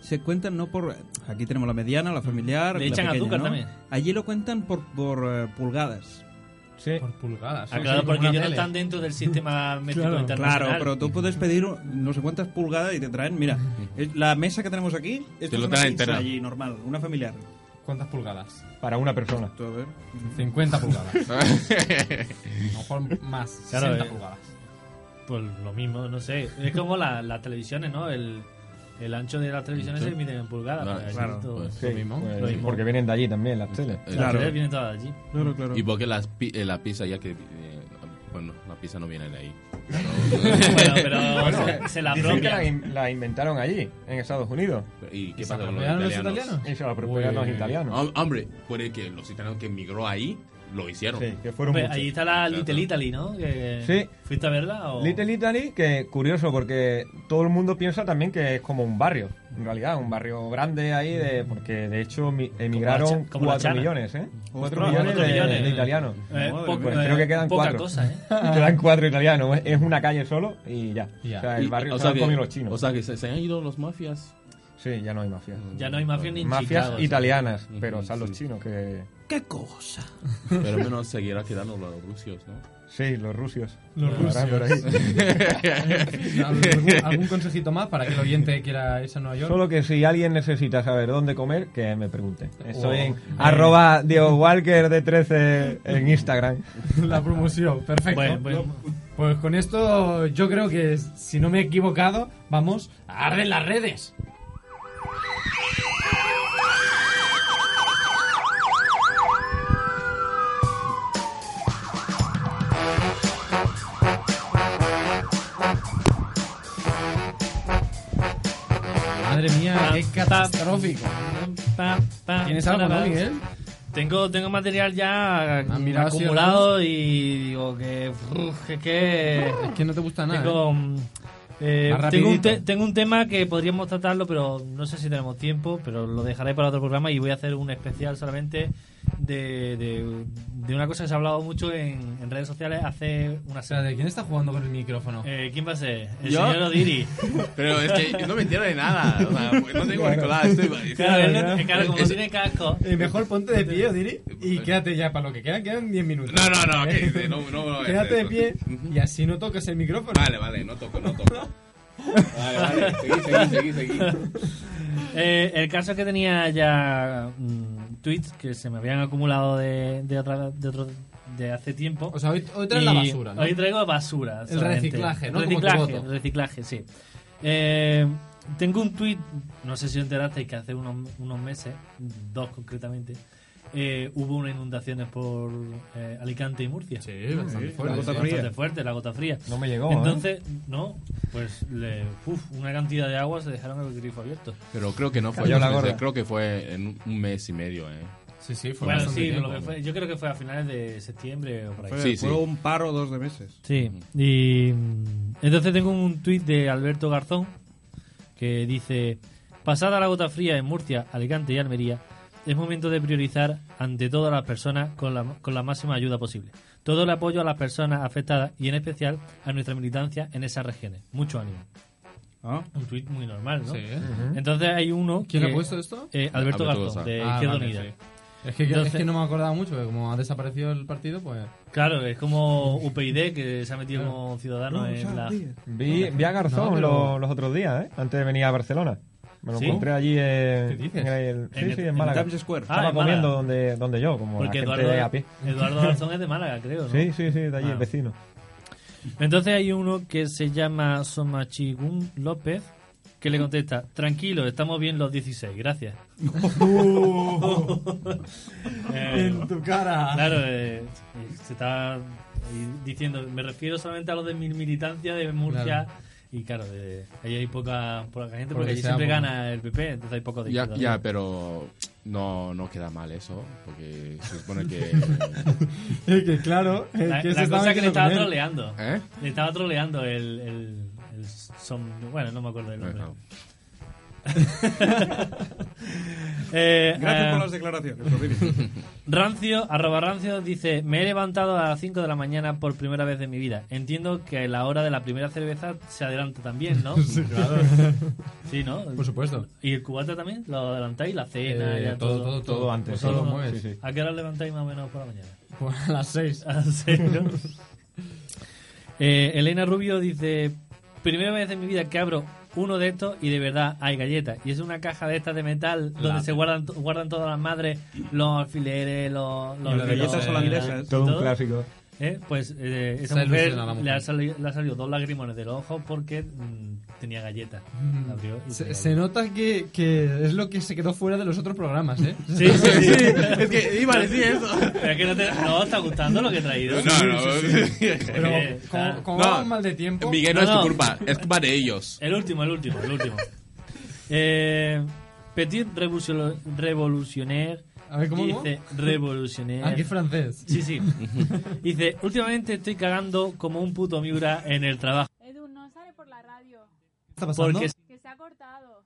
S5: se cuentan no por... Aquí tenemos la mediana, la familiar...
S3: Le
S5: la
S3: echan
S5: pequeña,
S3: azúcar
S5: ¿no?
S3: también.
S5: Allí lo cuentan por, por eh, pulgadas.
S4: Sí.
S1: Por pulgadas.
S3: Ah,
S1: Sí,
S3: claro,
S1: sí, como
S3: porque
S1: una
S3: ellos no
S1: tele.
S3: están dentro del sistema métrico
S1: Claro.
S3: internacional.
S5: Claro, pero tú puedes pedir no sé cuántas pulgadas y te traen, mira, es- la mesa que tenemos aquí, esto
S7: lo
S5: es una
S7: traen
S5: pizza
S7: entera.
S5: allí, normal, una familiar.
S1: ¿Cuántas pulgadas?
S4: Para una persona.
S5: Tú, a ver.
S1: 50 pulgadas. A lo mejor más. 60
S3: Claro, eh.
S1: pulgadas.
S3: Pues lo mismo, no sé. Es como la- las televisiones, ¿no? El, el ancho de las televisiones se mide en pulgadas.
S7: Claro,
S3: pues,
S5: claro,
S3: esto-
S7: pues.
S4: Sí,
S1: mismo.
S4: pues,
S3: Lo mismo.
S4: Porque vienen de allí también las teles.
S7: Eh,
S3: Las
S5: Claro.
S3: teles vienen todas allí.
S5: Claro, claro.
S7: ¿Y por qué las pi- eh, la pizza ya que... eh, bueno, la pizza no viene de ahí.
S3: bueno, pero se, se la
S4: Dicen que la,
S3: propia.
S4: in- la inventaron allí, en Estados Unidos.
S7: ¿Y qué
S1: ¿Se
S7: pasa con los
S1: apropiaron los
S7: italianos?
S4: Y se la apropiaron los
S1: Uy.
S4: italianos.
S7: Hom- Hombre, puede que los italianos que emigró ahí lo hicieron.
S4: Sí, que fueron muchos.
S3: pues, ahí está la Little Italy, ¿no? Que-
S4: Sí.
S3: ¿Fuiste a verla? O... Eh,
S4: Little Italy, que curioso, porque todo el mundo piensa también que es como un barrio, en realidad, un barrio grande ahí, de, porque de hecho mi- emigraron
S3: Ch- Mm. como la
S4: 4
S3: Chana.
S4: millones, ¿eh? 4
S5: Ostras,
S4: millones,
S3: cuatro
S4: de-
S3: millones.
S4: de italianos.
S3: Eh,
S5: Madre
S3: poco-
S5: mía.
S4: Pues creo que
S3: eh,
S4: quedan
S3: poca
S4: cuatro.
S3: cosa, ¿eh?
S4: Quedan cuatro italianos, ¿eh? es una calle solo y ya.
S1: Ya.
S4: O sea,
S7: Y-
S4: Ah, el barrio
S7: o
S4: se lo
S7: sea
S4: han
S7: que-
S4: comido los chinos.
S7: O sea, Mm. que se, se han ido los mafias.
S4: sí, ya no hay mafias.
S3: Ya no hay mafia ni en
S4: Mafias
S3: Chicago,
S4: italianas,
S7: Ujú,
S4: pero están los
S7: sí.
S4: chinos que...
S5: ¿Qué cosa?
S7: Pero al menos seguirá quedando los rusios, ¿no?
S4: Sí, los rusios.
S1: Los
S4: Lo harán por ahí.
S1: ¿Algún, algún consejito más para que el oyente quiera irse a Nueva York?
S4: Solo que si alguien necesita saber dónde comer, que me pregunte. Estoy en
S1: Oh,
S4: arroba Diego Walker de 13 en Instagram.
S1: La promoción, perfecto.
S3: Bueno, bueno.
S1: Pues con esto yo creo que, si no me he equivocado, vamos a arder las redes. Madre mía, qué catastrófico.
S3: Pa, pa,
S1: ¿Tienes algo, no,
S3: pa, pa.
S1: Miguel?
S3: Tengo, tengo material ya
S1: mirado así,
S3: acumulado y digo que. uf, es que.
S1: Es que no te gusta nada.
S3: Tengo, mm, eh,
S1: Ah, Más
S3: tengo, un
S1: rapidito.
S3: te- tengo un tema que podríamos tratarlo, pero no sé si tenemos tiempo, pero lo dejaré para otro programa y voy a hacer un especial solamente de, de, de una cosa que se ha hablado mucho en, en redes sociales hace una
S1: O sea,
S3: semana.
S1: ¿de quién está jugando con el micrófono?
S3: Eh, ¿Quién va a ser? El
S7: ¿Yo?
S3: señor Odiri.
S7: Pero es que yo no me entero de nada. O sea, porque no tengo Nicolás. Estoy,
S3: Claro, él no- claro, como
S7: Es-
S3: tiene casco.
S1: Eh, mejor ponte de pie, Odiri, y quédate ya para lo que queda. Quedan 10 minutos. Eh,
S7: No, no, no, que no, no, no,
S1: quédate de
S7: no.
S1: pie y así no tocas el micrófono.
S7: Vale, vale, no toco, no toco. Vale, vale, seguí, seguí, seguí, seguí.
S3: Eh, el caso es que tenía ya mm, tweets que se me habían acumulado de, de, otra- de otro de hace tiempo.
S1: O sea, hoy, hoy traes la
S3: Y
S1: basura, ¿no?
S3: Hoy traigo basura.
S1: El reciclaje, ¿no? Como tu
S3: Reciclaje,
S1: voto.
S3: reciclaje, sí. Eh, tengo un tuit, no sé si os enterasteis, que hace unos, unos meses, dos concretamente, eh, hubo unas inundaciones por eh, Alicante y Murcia.
S1: Sí, bastante fuerte.
S5: la gota
S1: sí.
S5: fría.
S3: Bastante fuerte, la gota fría.
S4: No me llegó, ¿eh?
S3: Entonces, no, pues le, uf, una cantidad de agua se dejaron el grifo abierto.
S7: Pero creo que no fue.
S4: Cayó
S7: dos
S4: la
S7: meses,
S4: gorda.
S7: eh, Creo que fue en un- un mes y medio, ¿eh?
S1: Sí, sí, fue
S3: Bueno,
S1: bastante
S3: sí,
S1: tiempo.
S3: lo que fue- yo creo que fue a finales de septiembre o por ahí.
S5: Fue,
S7: pues, Sí,
S5: fue
S7: sí.
S5: un par o dos de meses.
S3: Sí, y mm, entonces tengo un tuit de Alberto Garzón que dice, pasada la gota fría en Murcia, Alicante y Almería, es momento de priorizar ante todas las personas con la, con la máxima ayuda posible. Todo el apoyo a las personas afectadas y en especial a nuestra militancia en esas regiones. Mucho ánimo.
S5: ¿Ah?
S3: Un tuit muy normal, ¿no?
S1: Sí, ¿eh?
S3: Entonces hay uno...
S1: ¿Quién
S3: que-
S1: ha puesto esto?
S3: Eh, Alberto,
S7: Alberto
S3: Garzón,
S7: Garzón.
S3: de
S1: Ah,
S3: Izquierda
S1: vale,
S3: Unida.
S1: sí. Es que,
S3: Entonces-
S1: es que no me acordaba mucho, porque como ha desaparecido el partido, pues...
S3: Claro, es como UPyD que se ha metido como ciudadano en la...
S4: ¿eh? Vi, vi a Garzón
S1: No, pero-
S4: lo- los otros días, ¿eh? antes de venir a Barcelona. Me lo
S3: ¿Sí?
S4: encontré allí en,
S1: ¿Qué dices?
S4: en el- sí,
S3: En-
S4: sí, en
S3: en
S4: Málaga.
S5: Times Square.
S3: Ah,
S4: Estaba
S3: en Málaga.
S4: comiendo donde, donde yo, como
S3: Porque
S4: la gente
S3: Eduardo,
S4: a pie.
S3: Eduardo Garzón es de Málaga, creo, ¿no?
S4: Sí, sí, sí, de allí,
S3: Ah.
S4: vecino.
S3: Entonces hay uno que se llama Somachigún López que le contesta, tranquilo, estamos bien los 16, gracias. Eh,
S1: tu cara!
S3: claro, eh, se está diciendo, me refiero solamente a los de mi militancia de Murcia. Y claro, de- ahí hay poca, poca gente porque
S1: Porque
S3: allí
S1: sea
S3: siempre
S1: poco.
S3: gana el PP, entonces hay poco de
S7: Ya,
S3: izquierda,
S7: ya,
S3: ¿no?
S7: pero no, no queda mal eso, porque se supone que...
S1: Es que claro, es
S3: La,
S1: que
S3: la
S1: se
S3: cosa es que le
S1: metiendo
S3: estaba
S1: con él.
S3: troleando.
S7: ¿Eh?
S3: Le estaba troleando el... el, el som- bueno, no me acuerdo del nombre.
S7: Bueno,
S3: Eh,
S5: Gracias
S3: eh,
S5: por las declaraciones. Rodríguez.
S3: Rancio, arroba rancio, dice, me he levantado a las 5 de la mañana por primera vez de mi vida. Entiendo que la hora de la primera cerveza se adelanta también, ¿no? Sí, claro. Sí, ¿no?
S1: Por supuesto.
S3: ¿Y el cubata también? ¿Lo adelantáis? La cena,
S1: Pues Eh,
S3: ya
S1: todo, todo, todo,
S4: Todo antes,
S1: Todo lo
S3: sí.
S1: mueves. Pues
S4: Sí, sí.
S3: ¿A qué hora os levantáis más o menos por la mañana?
S1: A las 6.
S3: A las seis, ah, ¿no? Eh, Elena Rubio dice: Primera vez en mi vida que abro uno de estos y de verdad hay galletas. Y es una caja de estas de metal donde se guardan guardan todas las madres, los alfileres, los, los
S5: Las galletas
S3: relojes,
S5: holandesas.
S3: y
S2: Todo un clásico.
S3: Eh, Pues eh, esa
S1: Se ha
S3: mujer,
S1: ilusionado la mujer.
S3: Le, ha sali- le ha salido dos lagrimones del ojo porque mm, tenía galletas. La abrió y
S1: Mm. Se,
S3: tenía
S1: se nota que, que es lo que se quedó fuera de los otros programas, ¿eh?
S3: Sí, sí, sí.
S8: Es
S5: Eh,
S8: que iba a decir eso.
S3: Pero es que no te, no, ¿está gustando lo que he traído?
S7: No, no.
S1: Pero
S3: Eh,
S1: como,
S3: ah.
S1: como
S7: No.
S1: vamos mal de tiempo...
S7: Miguel, no,
S3: No,
S7: es
S3: no.
S7: tu culpa, es culpa de ellos.
S3: El último, el último, el último. eh, Petit Revolucio- Revolutionnaire
S1: A ver, ¿cómo, cómo? Ah,
S3: dice eh, Revolutionnaire.
S1: Aquí francés.
S3: Sí, sí. Dice, últimamente estoy cagando como un puto miura en el trabajo.
S9: Edu, no sale por la radio.
S1: ¿Qué está pasando?
S3: Porque
S9: Que se ha cortado.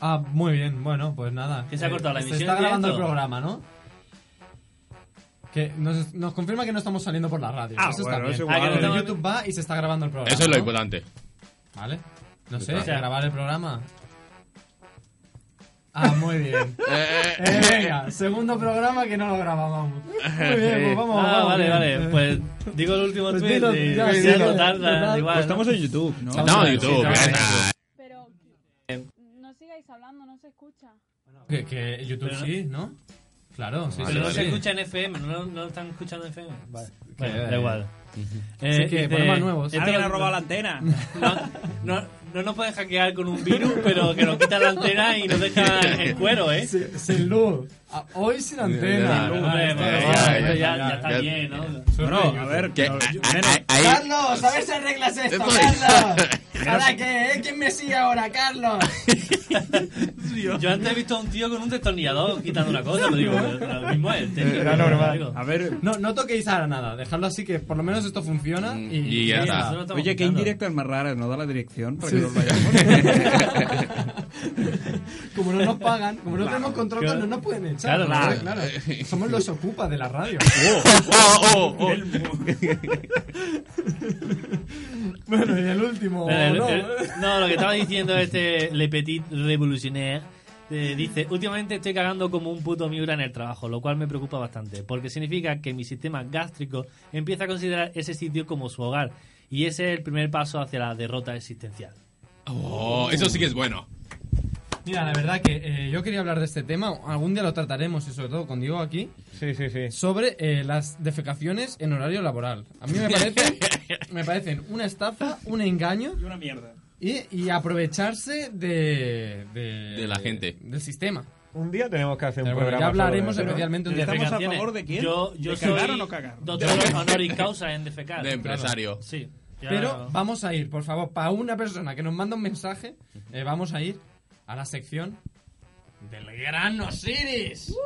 S1: Ah, muy bien. Bueno, pues nada.
S3: Que se ha cortado la
S1: Eh, Se
S3: emisión
S1: está
S3: en
S1: grabando el
S3: directo.
S1: programa, ¿no? Que nos, nos confirma que no estamos saliendo por la radio.
S5: Ah,
S1: eso
S5: bueno,
S1: está
S5: eso
S1: bien.
S5: igual.
S3: Ah, que no
S1: Pero
S3: estamos-
S1: YouTube va y se está grabando el programa.
S7: Eso es lo
S1: ¿no?
S7: importante.
S1: Vale. No sé,
S3: está.
S1: grabar el programa. Ah, muy bien. Eh, venga, segundo programa que no lo grabamos. Muy bien, pues vamos.
S3: Ah,
S1: vamos,
S3: vale,
S1: bien.
S3: vale.
S1: Eh,
S3: Pues digo el último
S1: Pues
S3: tweet.
S1: dilo,
S3: y
S1: ya,
S3: si
S1: dilo,
S3: no tarda,
S1: total,
S3: igual,
S5: Pues
S3: ¿no?
S5: estamos en YouTube, ¿no?
S7: No, YouTube,
S1: sí,
S7: venga.
S9: Pero no sigáis hablando, no se escucha.
S1: que, que YouTube
S3: Pero no-
S1: sí, ¿no? Claro, sí,
S3: Pero
S1: sí,
S3: no
S1: sí.
S3: se escucha en FM, no, no lo están escuchando en FM. Vale.
S1: Vale.
S3: da igual. Eh,
S1: Así que, problemas nuevos.
S3: esto
S8: Alguien
S3: este lo-
S8: ha robado la antena.
S3: No, no, no nos pueden hackear con un virus, pero que nos quita la antena y nos deja en cuero, ¿eh?
S1: Sin, sin luz. Ah, hoy sin antena.
S7: Sin luz,
S1: Vale,
S3: Hombre,
S1: vale,
S7: ya,
S3: pues,
S7: ya,
S3: ya,
S1: vale,
S3: ya, ya
S7: ya,
S1: ya.
S3: está
S7: ya.
S3: bien, ¿no?
S5: Bueno, a ver,
S7: Que-
S5: no,
S7: a-
S5: yo-
S7: a-
S5: menos-
S7: ahí-
S1: Carlos, a ver si arreglas esto,
S7: Estoy-
S1: Carlos. ¿Ahora qué? eh? ¿Quién me sigue ahora, Carlos?
S3: Yo antes he visto a un tío con un destornillador quitando una cosa, lo digo, lo mismo es. el técnico,
S2: Era normal.
S3: digo.
S5: a ver,
S1: No, no toquéis ahora nada. Dejadlo así que por lo menos esto funciona y,
S7: Mm, Y ya está.
S3: Eso no estamos
S5: oye, qué
S3: quitando.
S5: indirectas más raras, ¿no? Da la dirección para
S1: Sí,
S5: que nos
S1: sí.
S5: vayamos.
S1: Como no nos pagan, como no tenemos control,
S3: Claro.
S1: no nos pueden echar.
S3: Claro,
S1: Entonces,
S3: claro.
S1: claro, Somos los ocupas de la radio.
S7: Oh, oh, oh.
S1: bueno, y el último.
S3: Pero,
S1: no.
S3: eh, no, lo que estaba diciendo este Le Petit Revolutionnaire eh, dice, últimamente estoy cagando como un puto miura en el trabajo, lo cual me preocupa bastante, porque significa que mi sistema gástrico empieza a considerar ese sitio como su hogar, y ese es el primer paso hacia la derrota existencial.
S7: Oh, eso sí que es bueno.
S1: Mira, la verdad que eh, yo quería hablar de este tema. Algún día lo trataremos y sobre todo con Diego aquí.
S2: Sí, sí, sí.
S1: sobre eh, las defecaciones en horario laboral. A mí me parece me parecen una estafa, un engaño
S8: Y una mierda.
S1: y, y aprovecharse de, de
S7: De la gente.
S1: del sistema.
S2: Un día tenemos que hacer un
S1: Pero bueno,
S2: programa.
S1: ya hablaremos
S2: solo de eso.
S1: especialmente un día.
S8: ¿Estamos a
S3: Defecaciones.
S8: favor de quién?
S3: Yo, yo
S8: ¿De
S3: soy
S8: cagar o no cagar?
S3: doctor honoris causa en defecar.
S7: De empresario.
S3: Sí. ya-
S1: Pero vamos a ir, por favor, para una persona que nos manda un mensaje, eh, vamos a ir a la sección del gran Osiris.
S8: Uh.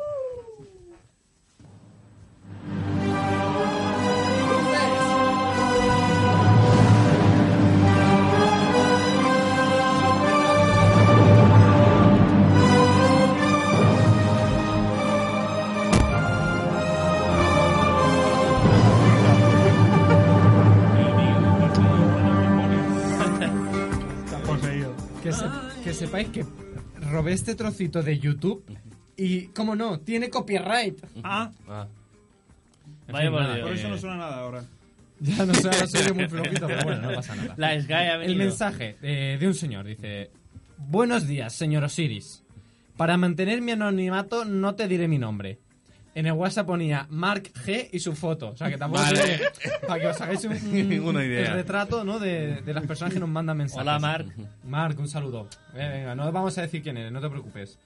S1: Que, se- que sepáis que robé este trocito de YouTube y, cómo no, tiene copyright.
S8: Ah,
S3: Vaya por Dios.
S5: Por eso no suena nada ahora.
S1: Ya no sé, ahora soy yo muy flojito, pero bueno, no pasa nada.
S3: La SGAE ha venido.
S1: El mensaje eh, de un señor dice: Buenos días, señor Osiris. Para mantener mi anonimato, no te diré mi nombre. En el WhatsApp ponía Mark G y su foto. O sea, que tampoco.
S7: Vale.
S1: sé- Para que os hagáis un,
S7: Ninguna idea.
S1: el retrato ¿no? de, de las personas que nos mandan mensajes.
S3: Hola, Marc.
S1: Marc, un saludo. Eh, venga, no vamos a decir quién eres, no te preocupes.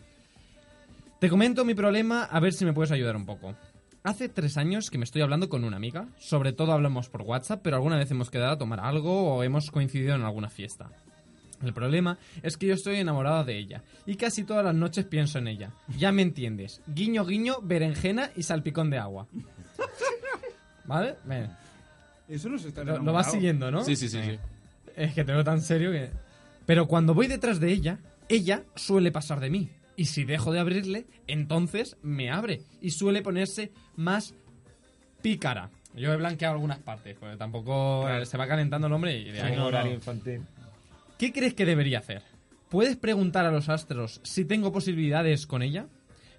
S1: Te comento mi problema, a ver si me puedes ayudar un poco. Hace tres años que me estoy hablando con una amiga. Sobre todo hablamos por WhatsApp, pero alguna vez hemos quedado a tomar algo o hemos coincidido en alguna fiesta. El problema es que yo estoy enamorada de ella y casi todas las noches pienso en ella. Ya me entiendes. Guiño, guiño, berenjena y salpicón de agua. ¿Vale? Ven,
S5: Eso no se está
S1: lo, lo vas siguiendo, ¿no?
S7: Sí, sí, sí. sí.
S1: Es que te veo tan serio que... Pero cuando voy detrás de ella, ella suele pasar de mí. Y si dejo de abrirle, entonces me abre. Y suele ponerse más pícara. Yo he blanqueado algunas partes, porque tampoco eh, se va calentando el hombre y de ahí
S2: Un
S3: No,
S2: horario
S3: no.
S2: infantil.
S1: ¿Qué crees que debería hacer? ¿Puedes preguntar a los astros si tengo posibilidades con ella?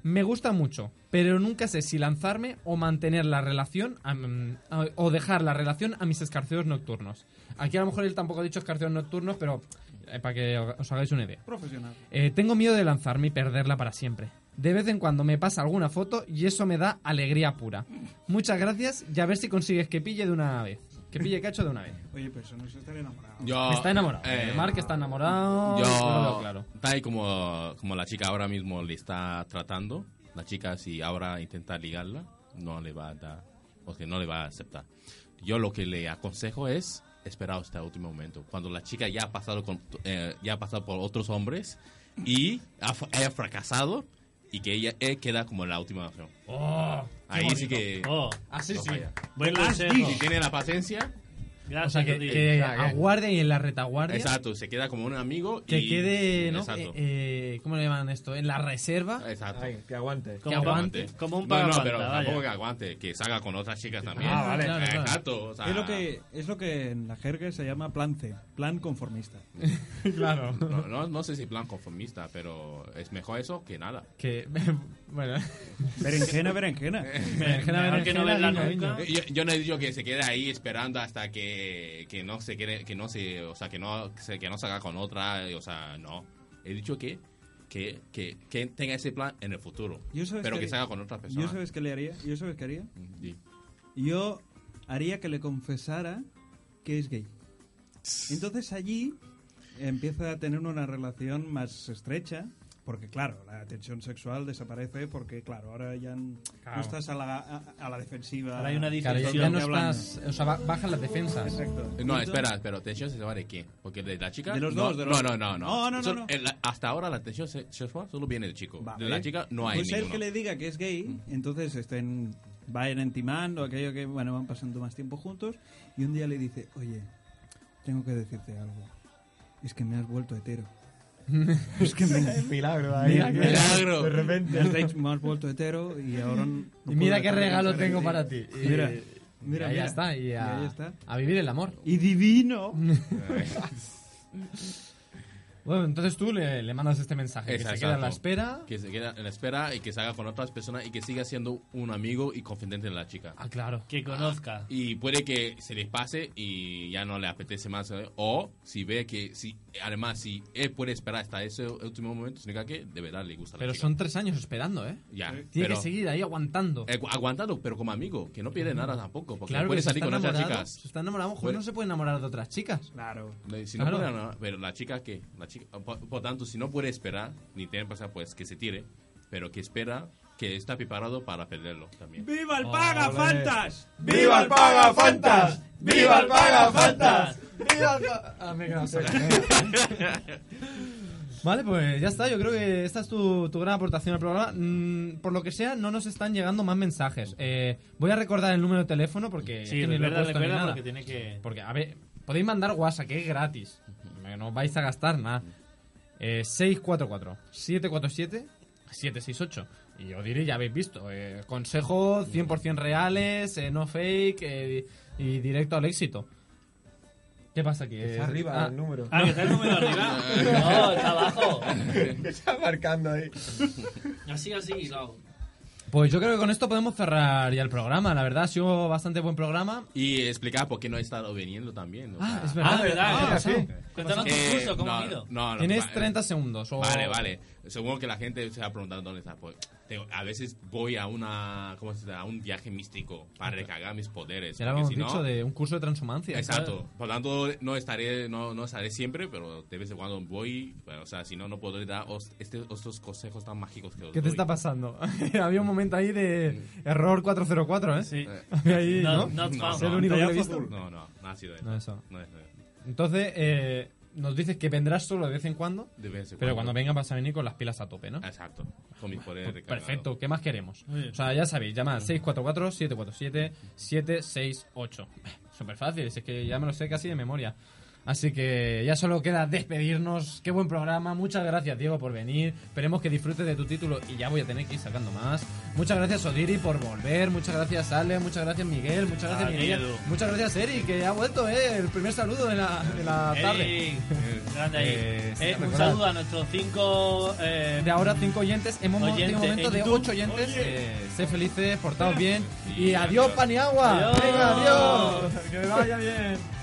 S1: Me gusta mucho, pero nunca sé si lanzarme o mantener la relación a- mm, a- o dejar la relación a mis escarceos nocturnos. Aquí a lo mejor él tampoco ha dicho escarceos nocturnos, pero eh, para que os hagáis una idea.
S5: Profesional.
S1: Eh, tengo miedo de lanzarme y perderla para siempre. De vez en cuando me pasa alguna foto y eso me da alegría pura. Muchas gracias y a ver si consigues que pille de una vez. Que pille cacho de una vez.
S5: Oye, pero eso no es estar enamorado.
S7: Yo,
S1: Está enamorado.
S7: eh,
S1: Mark está enamorado.
S7: Yo,
S1: eso lo veo claro.
S7: tal y como, como la chica ahora mismo le está tratando, la chica si ahora intenta ligarla, no le va a dar, porque no le va a aceptar. Yo lo que le aconsejo es esperar hasta el último momento, cuando la chica ya ha pasado, con, eh, ya ha pasado por otros hombres y ha, fa- ha fracasado y que ella eh, queda como la última opción.
S3: Oh, qué
S7: Ahí sí
S3: bonito.
S7: que-
S3: Oh,
S1: Así
S7: No
S1: Ah, sí.
S7: falla.
S3: buen consejo.
S7: Si tiene la paciencia,
S3: Gracias,
S1: O sea, que,
S3: Rodrigo.
S1: que
S2: Ah, que-
S1: aguarde y en la retaguardia.
S7: exacto, se queda como un amigo
S1: Que
S7: y
S1: quede, ¿no?
S7: Exacto. Eh,
S1: Eh, eh, ¿Cómo le llaman esto? En la reserva.
S7: Exacto.
S2: Ay, que aguante.
S3: Como
S1: que
S3: pa-
S1: aguante.
S3: Como un
S7: No,
S3: pagapanta,
S7: no, pero
S3: vaya.
S7: tampoco que aguante, que salga con otras chicas también.
S1: Ah, vale.
S7: Eh,
S1: Claro, claro.
S7: Exacto, o sea,
S5: Es lo, que, es lo que en la jerga se llama plan C, plan conformista.
S1: claro.
S7: No, no, no sé si plan conformista, pero es mejor eso que nada.
S1: Que, bueno,
S5: Berenjena, berenjena.
S1: berenjena,
S3: Mejor que no verla
S1: berenjena,
S3: nunca.
S1: niño.
S7: Eh, Yo, yo no he dicho que se quede ahí esperando hasta que, que no se quede, que no se, o sea, que no, se- que no salga con otra, eh, o sea, no. He dicho que, que, que, que tenga ese plan en el futuro,
S5: Yo sabes
S7: pero
S5: que-
S7: que salga con otra persona.
S5: ¿Yo sabes qué le haría? ¿Yo sabes qué haría?
S7: Sí.
S5: Yo haría que le confesara que es gay. Entonces allí empieza a tener una relación más estrecha, porque claro, la tensión sexual desaparece porque claro, ahora ya n-
S1: Claro.
S5: no estás a la, a- a la defensiva.
S3: Ahora hay una
S1: Claro, ya,
S3: discusión.
S1: ya no
S5: hablando.
S1: estás. O sea, ba- bajan las defensas.
S5: Exacto.
S7: Eh, No,
S5: Entonces-
S7: espera, pero tensión sexual de quién? Porque de la chica.
S5: De los
S7: no,
S5: dos, de los-
S7: No, no, no. no.
S5: No, no, no,
S7: Solo-
S5: no.
S7: el- hasta ahora la tensión se- sexual solo viene del chico.
S5: Vale.
S7: De la chica no hay
S5: Pues él
S7: ninguno. Mm.
S5: que le diga que es gay, entonces estén vayan intimando aquello que bueno van pasando más tiempo juntos y un día le dice, oye, tengo que decirte algo, es que me has vuelto hetero, es que me,
S2: Milagro ahí.
S7: Milagro.
S2: De repente.
S5: me has, hecho- me has vuelto hetero y ahora no
S1: Y mira qué
S5: puedo dejar de
S1: regalo
S5: pensar en
S1: tengo para ti. Y-
S5: Mira,
S1: y eh,
S5: mira,
S1: ahí ya
S5: mira.
S1: está. Y a,
S5: ahí está.
S1: a vivir el amor.
S5: Y divino.
S1: Bueno, entonces tú le, le mandas este mensaje. Que se
S7: Exacto.
S1: queda a la espera.
S7: Que se queda en la espera y que salga con otras personas y que siga siendo un amigo y confidente de la chica.
S1: Ah, claro.
S3: Que conozca.
S1: Eh,
S7: Y puede que se les pase y ya no le apetece más. ¿eh? O si ve que, si, además, si él puede esperar hasta ese último momento, significa que de verdad le gusta la
S1: Pero
S7: chica.
S1: son tres años esperando, ¿eh?
S7: Ya,
S1: Tiene
S7: pero-
S1: que seguir ahí aguantando.
S7: eh, aguantando, pero como amigo, que no pierde nada tampoco. Porque
S1: claro
S7: puede
S1: que si
S7: salir
S1: está
S7: con otras
S1: enamorado,
S7: chicas.
S1: si está enamorado, a lo mejor
S7: Puede-
S1: no se puede enamorar de otras chicas.
S5: Claro.
S7: Eh, Si no
S1: Claro.
S7: puede, no, pero la chica que, la chica, por, por tanto, si no puede esperar, ni tiene que pasar, pues que se tire, pero que espera, que está preparado para perderlo también.
S5: ¡Viva el paga fantas!
S2: ¡Viva el Paga Fantas! ¡Viva el Paga Fantas!
S1: Ah, Vale, pues ya está. Yo creo que esta es tu, tu gran aportación al programa. Mm, por lo que sea, no nos están llegando más mensajes. Eh, voy a recordar el número de teléfono porque.
S3: Sí,
S1: es que ni lo he
S3: recuerda,
S1: puesto ni
S3: recuerda
S1: nada.
S3: porque tiene que...
S1: Porque, a ver, podéis mandar WhatsApp, que es gratis. Me- No vais a gastar nada. Eh, 644-747-768. Y os diré, ya habéis visto. eh, consejos 100% reales, eh, no fake eh, y directo al éxito. ¿Qué pasa aquí? Eh,
S2: Está arriba
S1: ah,
S2: el número.
S3: Ah, que está el número arriba. No, está abajo.
S2: Está marcando ahí.
S3: Así, así, no.
S1: Pues yo creo que con esto podemos cerrar ya el programa. La verdad, ha sido bastante buen programa.
S7: Y explicar por qué no he estado viniendo también. o
S1: Ah,
S7: sea,
S1: es verdad.
S3: Ah, verdad.
S1: Ah,
S3: eh.
S1: sí.
S3: Cuéntanos tu
S7: eh,
S3: curso, cómo
S7: no,
S3: ha ido.
S7: no, no,
S1: Tienes
S7: va-
S1: 30 segundos. o-
S7: Vale, vale. Seguro que la gente se va a preguntar dónde está. Pues, tengo- a veces voy a una, ¿cómo se dice? A un viaje místico para recargar mis poderes.
S1: Ya lo
S7: porque
S1: habíamos
S7: si no-
S1: dicho de un curso de transhumancia.
S7: Exacto. Por tanto, no estaré, no, no estaré siempre, pero de vez en cuando voy. Pero, o sea, si no, no podré dar os- este- estos consejos tan mágicos que os
S1: ¿Qué te
S7: doy.
S1: está pasando? Había un momento ahí de error 404, ¿eh?
S3: Sí.
S1: Había ahí, ¿no?
S3: No, not
S7: No,
S3: found.
S1: Es el
S7: no,
S1: único que he
S5: Tallazo
S1: visto.
S5: azul.
S7: No, no, no ha sido eso.
S1: No, eso.
S7: No es eso.
S1: Entonces, eh, nos dices que vendrás solo de vez en cuando,
S7: De vez en
S1: pero cuando vengas vas a venir con las pilas a tope, ¿no?
S7: Exacto. Con mis poderes recargados.
S1: Pues Perfecto, ¿qué más queremos? O sea, ya sabéis, llamad 644-747-768. Súper fácil, es que ya me lo sé casi de memoria. Así que ya solo queda despedirnos. Qué buen programa. Muchas gracias, Diego, por venir. Esperemos que disfrutes de tu título y ya voy a tener que ir sacando más. Muchas gracias, Odiri, por volver. Muchas gracias, Ale. Muchas gracias, Miguel. Muchas gracias,
S3: Ah,
S1: Miguel.
S3: Edu.
S1: Muchas gracias, Eri, que ha vuelto, ¿eh? El primer saludo de la, de la tarde.
S3: Ey, grande ahí.
S1: Eh, sí,
S3: Eh, un
S1: recordad.
S3: saludo a nuestros cinco. eh,
S1: De ahora cinco oyentes, hemos tenido
S3: Oyentes,
S1: un momento
S3: ¿y
S1: de
S3: tú?
S1: ocho oyentes.
S3: Oye.
S1: Eh, sé felices, portaos bien. Y adiós, Paniagua.
S3: Adiós.
S1: Venga, adiós. Que vaya bien.